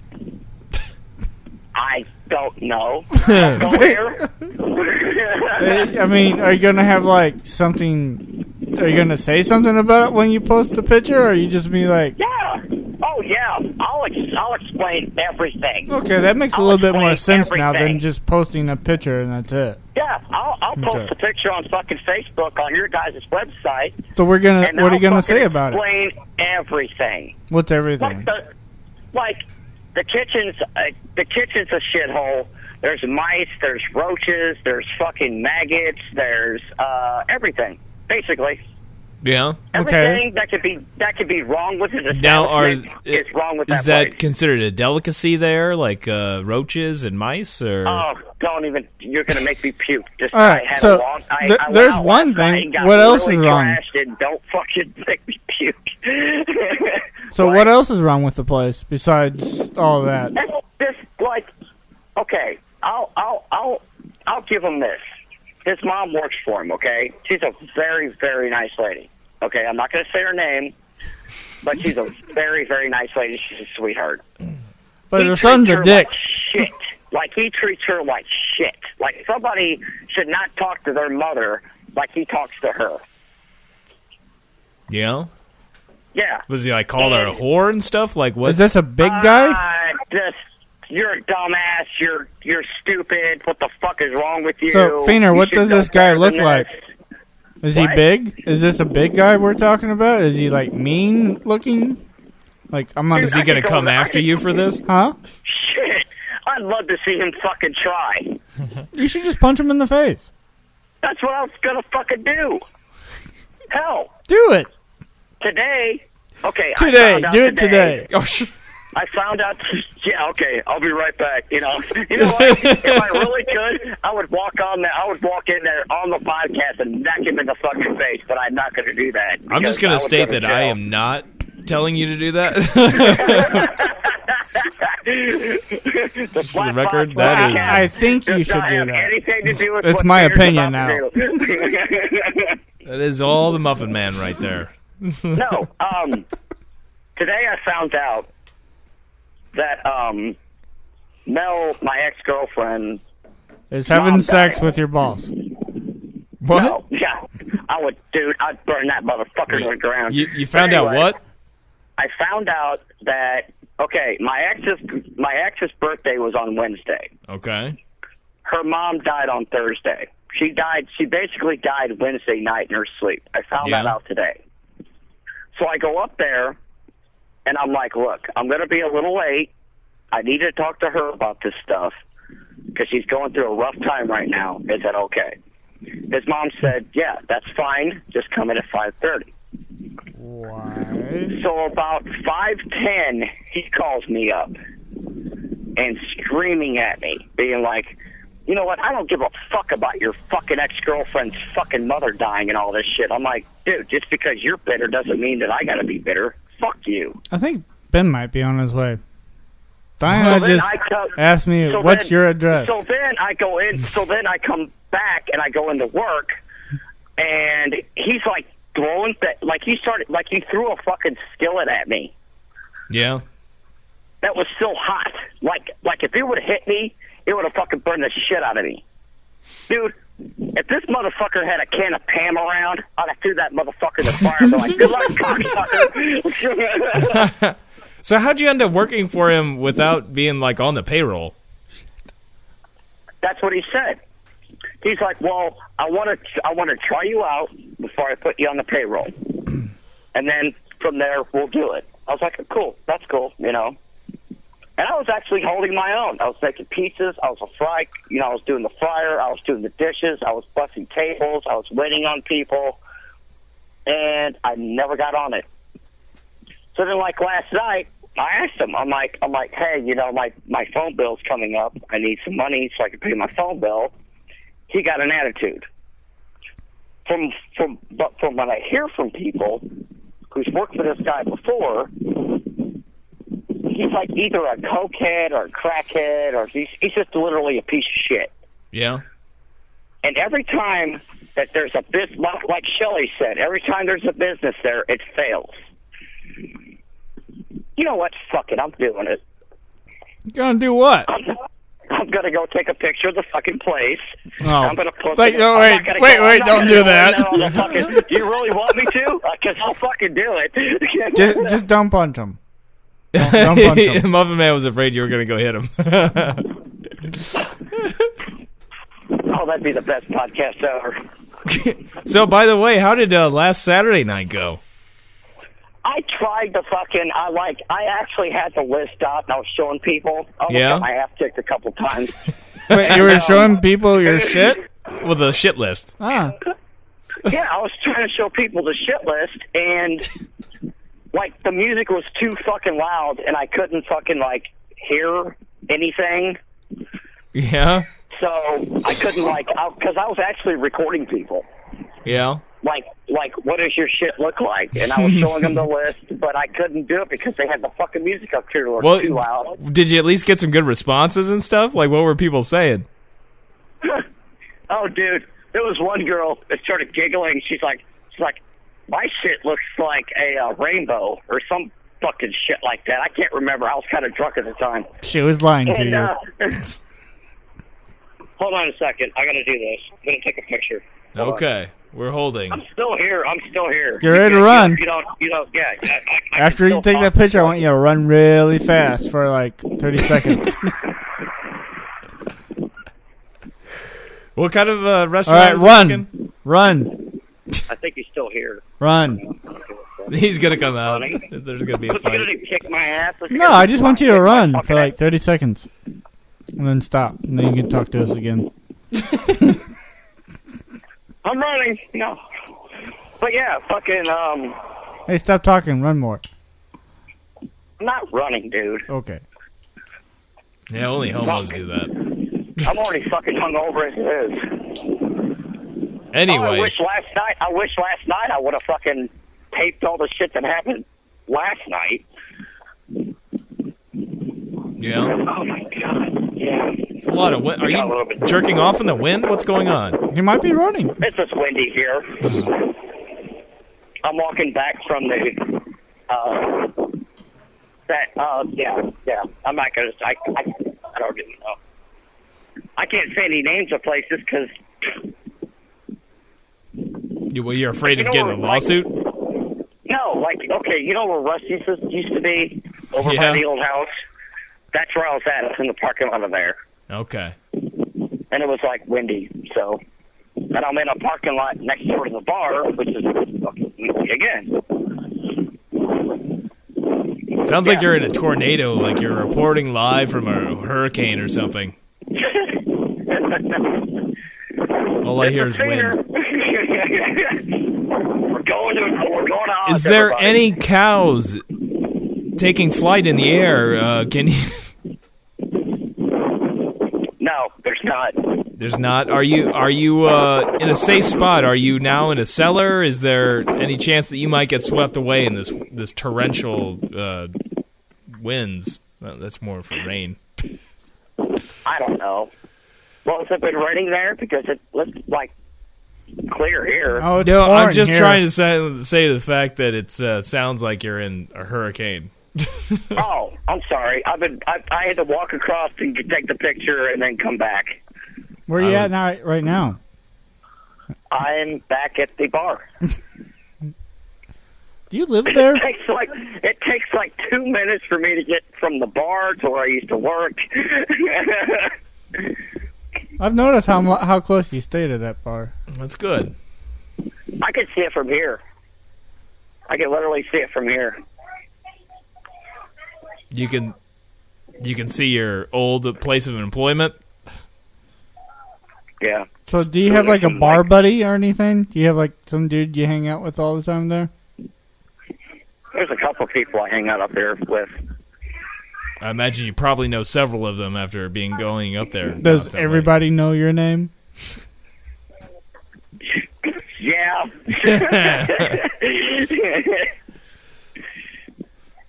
I
*laughs*
don't know. Don't go *laughs* there.
I mean, are you gonna have like something? Are you gonna say something about it when you post the picture, or you just be like,
Yeah. Oh yeah. I'll ex- I'll explain everything.
okay, that makes a
I'll
little bit more
explain
sense now than
everything.
just posting a picture and that's it.
Yeah. I'll I'll post
Okay.
a picture on fucking Facebook on your guys' website.
So we're gonna.
And
Uh, What are you
I'll
gonna
fucking
say about it?
explain everything.
What's
Like
everything?
the like the kitchen's uh, the kitchen's a shithole. There's mice. There's roaches. There's fucking maggots. There's uh, everything. Basically,
Yeah.
Okay.
everything that could be that could be wrong with it.
Now are
is wrong with
is
that
that
place.
considered a delicacy there, like uh, roaches and mice, or
Oh, don't even! You're gonna make me puke. Just
All right,
I had
so
a long, I,
th-
I went
there's
out
one
last night
thing.
and got
What else
really
is wrong?
trashed And don't fucking *laughs* make me puke.
So
Like,
what else is wrong with the place besides all that?
that's Just like, okay, I'll, I'll, I'll, I'll give him this. His mom works for him. Okay, she's a very, very nice lady. Okay, I'm not gonna say her name, but she's a very, very nice lady. She's a sweetheart.
But
He
her
treats
son's a
her
dick.
Like shit. Like he treats her like shit. Like somebody should not talk to their mother like he talks to her.
yeah?
Yeah.
Was he like called her a whore and stuff? Like what?
Is this a big guy?
Uh, just you're a dumbass. You're you're stupid. What the fuck is wrong with you?
So, Feener,
You
what
should
does
know
this guy
better
look
than
like?
this.
Is he
what?
big? Is this a big guy we're talking about? Is he like mean looking? Like I'm not.
is he
I
gonna
could go
come
with- I
after
could-
you for
*laughs*
this?
Huh?
Shit. I'd love to see him fucking try.
You should just punch him in the face.
That's what I was gonna fucking do. Hell,
Do it
today. Okay. I
today.
found out *laughs*
Do it today.
Oh, sh-
I found out. *laughs* Yeah, okay, I'll be right back. You know, you know what? if I really could, I would walk on there. I would walk in there on the podcast and knock him in the fucking face. But I'm not going to do that.
I'm just
because I
gonna
would
state
go to
that I
jail.
am not telling you to do that.
*laughs*
*laughs*
the
For the
Black
record,
Box
that
Podcast
is-
I, I think you
does
should
not
do
have
that.
Anything to do with
It's
what
my
Peter's
opinion
about to do.
that is all the Muffin Man right there.
*laughs* no, um, today I found out that um, Mel, my ex girlfriend,
Is having
Mom
sex
died.
with your boss?
What?
No, Oh, *laughs* yeah, I would, dude. I'd burn that motherfucker to the ground.
You, you found
But
out
anyway,
what?
I found out that okay, my ex's my ex's birthday was on Wednesday.
Okay.
Her mom died on Thursday. She died. She basically died Wednesday night in her sleep. I found that
Yeah.
out today. So I go up there, and I'm like, "Look, I'm going to be a little late. I need to talk to her about this stuff because she's going through a rough time right now. Is that okay?" His mom said, "Yeah, that's fine. Just come in at 5:30."
Why?
So about five ten, he calls me up and screaming at me, being like, "You know what? I don't give a fuck about your fucking ex girlfriend's fucking mother dying and all this shit." I'm like, "Dude, just because you're bitter doesn't mean that I gotta be bitter. Fuck you."
I think Ben might be on his way. Diana
then
Uh, just
I come-
asked me,
So
"What's
then-
your address?"
So then I go
*laughs*
in. So then I come back and I go into work, and he's like throwing th- like he started like he threw a fucking skillet at me.
Yeah.
that was still hot. Like like if it would have hit me, it would have fucking burned the shit out of me. Dude, if this motherfucker had a can of Pam around, I'd have threw that motherfucker in the fire and been like, good luck, cocksucker. *laughs*
So how'd you end up working for him without being like on the payroll?
That's what he said. He's like, well, I want to I want to try you out before I put you on the payroll, *clears throat* and then from there we'll do it. I was like, cool, that's cool, you know. And I was actually holding my own. I was making pizzas. I was a fry, you know. I was doing the fryer. I was doing the dishes. I was busting tables. I was waiting on people, and I never got on it. So then, like last night, I asked him. I'm like, I'm like, hey, you know, my my phone bill's coming up. I need some money so I can pay my phone bill. He got an attitude. From from but from what I hear from people who's worked for this guy before, he's like either a cokehead or a crackhead or he's he's just literally a piece of shit.
Yeah.
And every time that there's a business, like Shelley said, every time there's a business there, it fails. You know what? Fuck it. I'm doing it. *laughs*
you gonna do what?
I'm, I'm going to go take a picture of the fucking place.
Oh.
I'm going to post
Wait,
it.
no,
I'm
wait,
not gonna
wait,
go-
wait,
I'm not
don't
gonna
do
go *laughs*
that.
in there on the fucking- do you really want me to? Because I'll fucking do it.
*laughs* *laughs* just, just don't punch him. Don't, don't punch
*laughs*
him.
*laughs*
Muffin Man was afraid you were gonna go hit him. *laughs*
oh, that'd be the best podcast ever.
so by the way, how did uh, last Saturday night go?
I tried to fucking. I like. I actually had the list out, and I was showing people. I almost
Yeah.
got my ass kicked a couple times.
Wait, you were showing people your shit?
Well, the shit list.
Ah,
yeah, I was trying to show people the shit list, and like the music was too fucking loud, and I couldn't fucking like hear anything.
Yeah.
So I couldn't like, because I was actually recording people.
Yeah.
like like what does your shit look like? And I was showing them the list, but I couldn't do it because they had the fucking music up too,
Well,
too loud.
did you at least get some good responses and stuff? Like, what were people saying?
Oh, dude, there was one girl that started giggling. She's like, she's like, my shit looks like a uh, rainbow or some fucking shit like that. I can't remember. I was kind of drunk at the time.
she was lying to
And,
you.
uh, *laughs* hold on a second. I gotta do this. I'm gonna take a picture. Hold on.
Okay, we're holding.
I'm still here. I'm still here.
You're ready to run.
You don't. You don't. Yeah. I, I, I can
After you
still
take
talk.
that picture, I want you to run really fast for like 30 *laughs* seconds.
What kind of uh,
All
restaurant?
right,
is he
run, run,
I think he's still
*laughs*
here.
run.
cooking? He's gonna come out.
Running.
There's gonna be a
What's he
fight.
gonna do, kick my ass? What's he
No,
gonna
I
do,
just
fuck
want you to
kick my
run
fucking
for like
ass?
30 seconds, and then stop, and then you can talk to us again.
I'm running. No. But yeah, fucking um
Hey, stop talking, run more.
I'm not running, dude.
Okay.
Yeah, only homos do
Oh,
that.
I'm already fucking hungover as it is. I
Anyway,
wish last night. I wish last night I would have fucking taped all the shit that happened last night.
yeah,
Oh my god. Yeah.
it's a lot of wind. Are
Yeah, a little
you
bit.
jerking off in the wind? What's going on?
He might be running.
It's just windy here. I'm walking back from the uh, that uh, yeah yeah. I'm not gonna. I I, I don't even know. I can't say any names of places because
You, well, you're afraid
You
of
know
getting a
what, like-
lawsuit?
no, like okay, you know where Rusty's used to be over
Yeah.
by the old house. That's where I was at. I was in the parking lot of there,
Okay.
and it was like windy. So, and I'm in a parking lot next door to the bar, which is fucking windy again.
Sounds like
Yeah.
you're in a tornado, like you're reporting live from a hurricane or
*laughs*
something. All I hear is wind.
*laughs* we're going to we're going to
Is
Oz,
there
everybody.
any cows taking flight in the air? Uh, can you? *laughs*
No, there's not.
There's not. Are you are you uh, in a safe spot? Are you now in a cellar? Is there any chance that you might get swept away in this this torrential uh, winds? Well, that's more for rain.
I don't know. Well, has it been raining there? Because it looks like clear here.
Oh, it's
No, I'm
pouring
just
here.
trying to say, say to the fact that it uh, sounds like you're in a hurricane.
Oh, I'm sorry. I've been I, I had to walk across and take the picture and then come back.
Where you at now, right now?
I'm back at the bar. *laughs*
Do you live there?
It takes like it takes like two minutes for me to get from the bar to where I used to work. *laughs*
I've noticed how mu- how close you stay to that bar.
That's good.
I can see it from here. I can literally see it from here.
You can you can see your old place of employment.
Yeah.
So, do you have like a bar buddy or anything? Do you have like some dude you hang out with all the time there?
There's a couple people I hang out up there with.
I imagine you probably know several of them after being going up there.
Does
constantly.
everybody know your name?
Yeah. *laughs*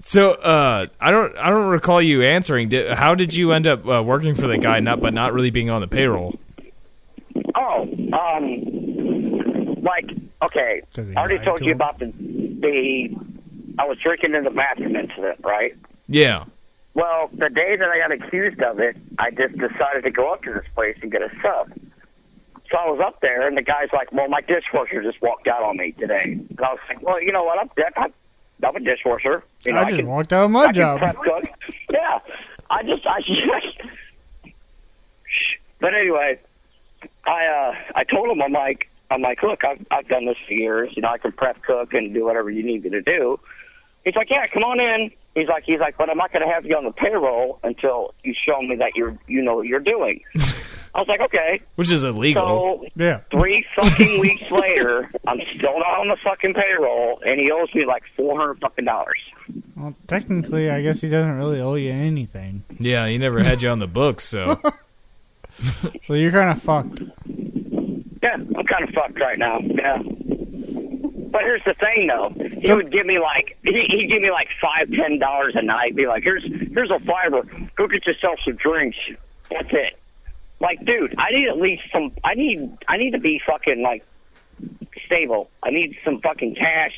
So uh, I don't I don't recall you answering. Did, how did you end up uh, working for the guy, not but not really being on the payroll?
Oh, um, like okay. I
Does he
already
lie
told
to
you
him?
about the the I was drinking in the bathroom incident, right?
Yeah.
Well, the day that I got accused of it, I just decided to go up to this place and get a sub. So I was up there, and the guy's like, "Well, my dishwasher just walked out on me today." And I was like, "Well, you know what? I'm deaf. I'm, I'm a dishwasher. You know,
I
I,
just
can,
walked out of my
I can
job.
prep cook. Yeah, I just I *laughs* just. But anyway, I uh I told him I'm like I'm like look I've I've done this for years. You know I can prep cook and do whatever you need me to do. He's like yeah come on in. He's like he's like but I'm not going to have you on the payroll until you show me that you're you know what
*laughs*
you're doing. I was like okay.
Which is illegal.
So
Yeah.
three fucking weeks later, I'm still not on the fucking payroll, and he owes me like four hundred fucking dollars.
Well, technically, I guess he doesn't really owe you anything.
yeah, he never had you on the books, so
So you're kind of fucked.
Yeah, I'm kind of fucked right now. Yeah. But here's the thing, though. He would give me like he, he'd give me like five, ten dollars a night. Be like, here's here's a fiver. Go get yourself some drinks. That's it. Like, dude, I need at least some. I need I need to be fucking like stable. I need some fucking cash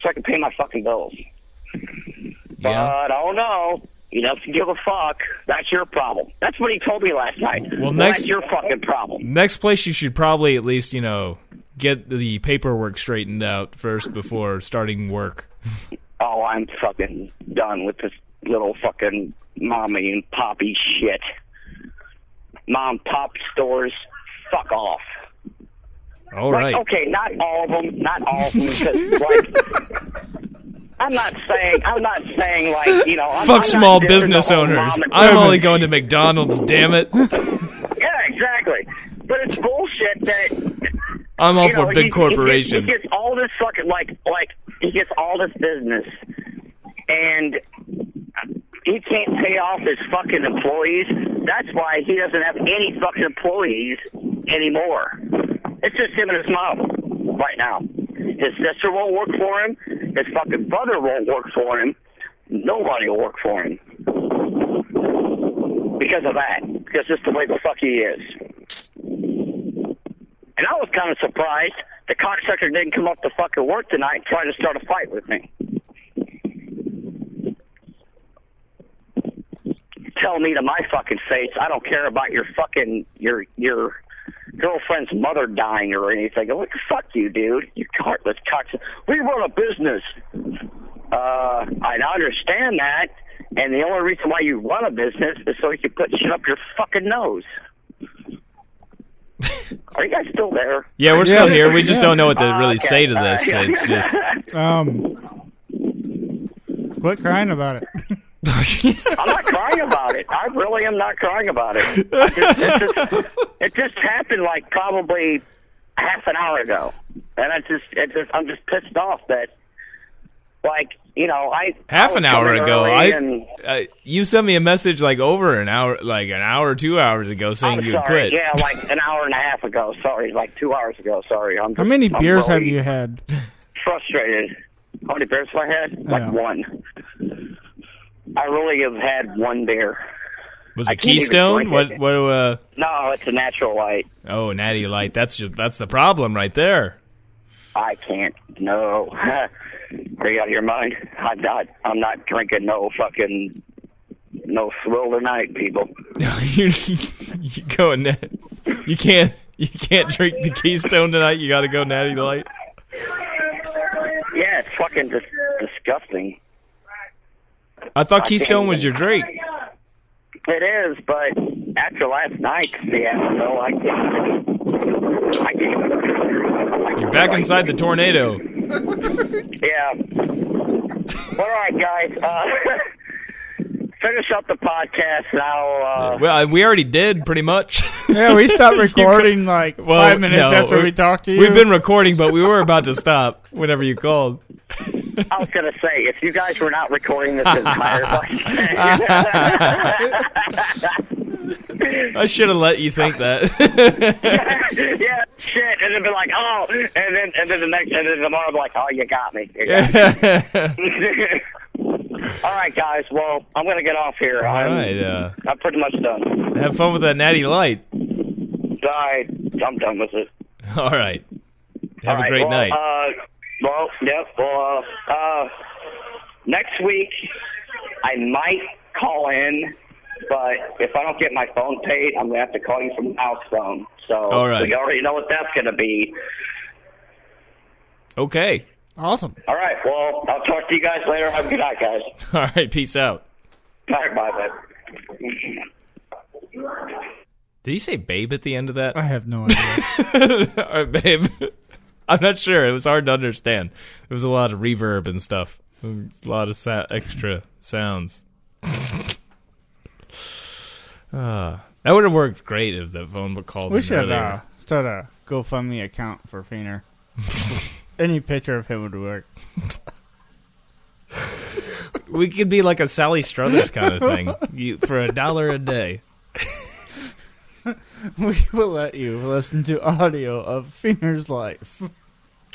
so I can pay my fucking bills.
yeah.
But oh no, you don't give a fuck. That's your problem. That's what he told me last night.
Well, next-
that's your fucking problem.
Next place you should probably at least, you know, get the paperwork straightened out first before starting work.
oh, I'm fucking done with this little fucking mommy and poppy shit. Mom, pop stores, fuck off.
All right.
Like, okay, not all of them, not all of them, because, like, I'm not saying, I'm not saying, like, you know, I'm, I'm
Fuck
not
small
doing the
business
whole
owners.
mom and
I'm
pop
only going to McDonald's, damn it.
Yeah, exactly. But it's bullshit that
I'm all
you know,
for
he-
big
He
corporations.
gets, he gets all this fucking like like he gets all this business, and he can't pay off his fucking employees. That's why he doesn't have any fucking employees anymore. It's just him and his mom right now. His sister won't work for him. His fucking brother won't work for him. Nobody will work for him because of that. Because just the way the fuck he is. And I was kind of surprised the cocksucker didn't come up to fucking work tonight and try to start a fight with me. Tell me to my fucking face, I don't care about your fucking your your girlfriend's mother dying or anything. What the fuck you, dude? You heartless cocksucker. We run a business. Uh, I understand that, and the only reason why you run a business is so you can put shit up your fucking nose. Are you guys still there?
Yeah, we're still here. We just
Yeah.
don't know what to
Ah,
really say
okay.
to
Ah,
this.
yeah.
It's
*laughs*
just *laughs*
Um, quit crying about it.
I'm not crying about it. I really am not crying about it. I Just, it, just, it just happened like probably half an hour ago, and I just, it just I'm just pissed off that, like, you know, I I
half
was
an hour
coming
ago.
early
I,
and-
I you sent me a message like over an hour, like an hour or two hours ago, saying
I'm
you would
sorry.
quit.
Yeah, like an hour and a half ago. Sorry, like two hours ago. Sorry. I'm
How many
I'm
beers have
really
you *laughs* had?
Frustrated. How many beers have I had? Like
Yeah.
one. I really have had one beer.
Was
I
it
can't even
Keystone?
drink
What?
it.
What? Uh,
No, it's a natural light.
oh, Natty Light. That's just that's the problem right there.
I can't. No. *laughs* Are you out of your mind? I'm not. I'm not drinking no fucking no swill tonight, people.
*laughs* you you go Nat- You can't. You can't drink the Keystone tonight. You got to go Natty Light.
Yeah, it's fucking dis- disgusting.
I thought Keystone was your drink.
It is, but after last night, yeah, no, I can't. I can't.
You're back inside the tornado.
Yeah. All right, guys. Uh, *laughs* finish up the podcast, and I'll. Uh,
Well, I- we already did pretty much.
*laughs* Yeah,
*laughs*
we stopped recording like
Well,
five minutes
no,
after
we-
we talked to you.
We've been recording, but we were about to stop whenever you called.
I was gonna say, if you guys were not
*laughs*
recording this entire podcast,
I should have let you think that. *laughs*
*laughs* yeah, shit, and then be like, oh, and then and then the next and then tomorrow, I'm like, oh, you got me. You got me. *laughs* All right, guys. Well, I'm gonna get off here.
All
I'm,
right. Uh,
I'm pretty much done.
have fun with that natty light.
I, I'm done with it.
All right.
All
Have a
right,
great
well,
night.
Uh, well, yep. Well, uh, uh, next week I might call in, but if I don't get my phone paid, I'm gonna have to call you from the house phone. So
All right.
we already know what that's gonna be. uh,
okay. *laughs*
awesome.
All right. Well, I'll talk to you guys later. Have a good night, guys.
All right. Peace out.
All right, bye, bye.
Did he say babe at the end of that?
I have no idea. *laughs*
*laughs* All right, babe. *laughs* I'm not sure. It was hard to understand. There was a lot of reverb and stuff. A lot of sa- extra sounds. *laughs* Ah, that would have worked great if the phone would called.
we
in
should
earlier.
uh, start a GoFundMe account for *laughs* Feener. Any picture of him would work.
We could be like a Sally Struthers kind of thing you, for a dollar a day.
*laughs* We will let you listen to audio of Feener's life.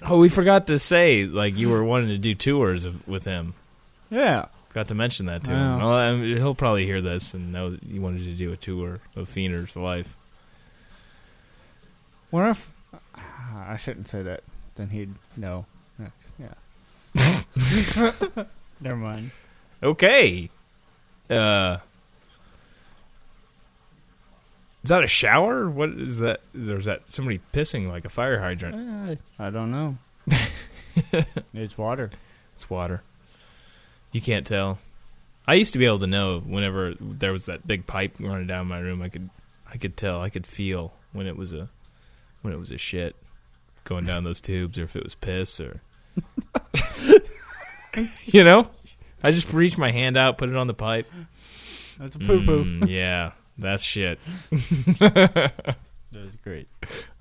Oh, we forgot to say like you were wanting to do tours of, with him.
Yeah.
Forgot to mention that to him.
Wow.
Well, I mean, he'll probably hear this and know that you wanted to do a tour of Feener's life.
What if ah, I shouldn't say that? Then he'd know. Next. Yeah. *laughs* Never mind.
Okay. Uh Is that a shower? What is that? Is there is that somebody pissing like a fire hydrant?
I, I don't *laughs* know. it's water.
It's water. You can't tell. I used to be able to know whenever there was that big pipe running down my room. I could, I could tell. I could feel when it was a, when it was a shit going down those tubes, or if it was piss, or, *laughs* you know, I just reached my hand out, put it on the pipe.
That's a poo poo.
Mm, yeah, that's shit.
That was great.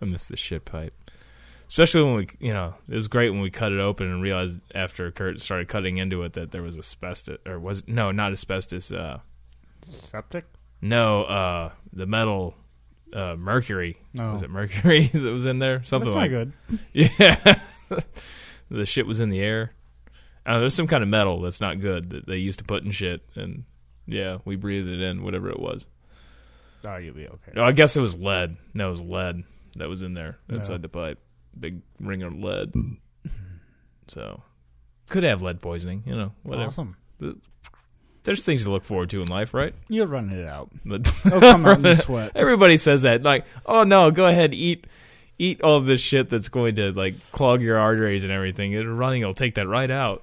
I miss the shit pipe. Especially when we, you know, it was great when we cut it open and realized after Kurt started cutting into it that there was asbestos or was no, not asbestos. Uh,
Septic?
no, uh, the metal, uh, mercury.
Oh.
Was it mercury *laughs* that was in there?
That's
Something
not
like
good.
*laughs* Yeah. the shit was in the air. I don't know, there's some kind of metal that's not good that they used to put in shit. And yeah, we breathed it in, whatever it was.
Oh, you'll be okay.
No, I guess it was lead. No, it was lead that was in there inside the pipe. Big ring of lead. So could have lead poisoning, you know, whatever.
Awesome.
There's things to look forward to in life, right?
You'll run it out.
But
They'll Oh, come *laughs* out
*laughs*
in a sweat.
everybody says that. Like, oh no, go ahead, eat eat all this shit that's going to like clog your arteries and everything. It- Running will take that right out.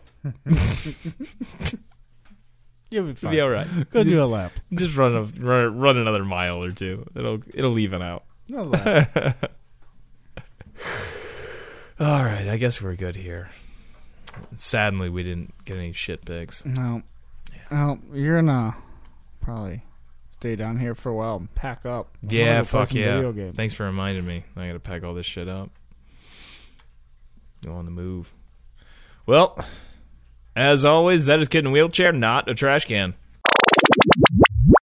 You'll be
It'll
fine.
be all right.
Go *laughs* do a lap.
Just run a run, run another mile or two. It'll it'll even out.
A *laughs* lap.
All right, I guess we're good here. Sadly, we didn't get any shit pics.
no. Well, you're gonna probably stay down here for a while and pack up. I'm
Yeah,
gonna play
fuck
some
yeah.
Video games.
Thanks for reminding me. I gotta pack all this shit up. Go on the move. Well, as always, that is Kid in a Wheelchair, not a trash can.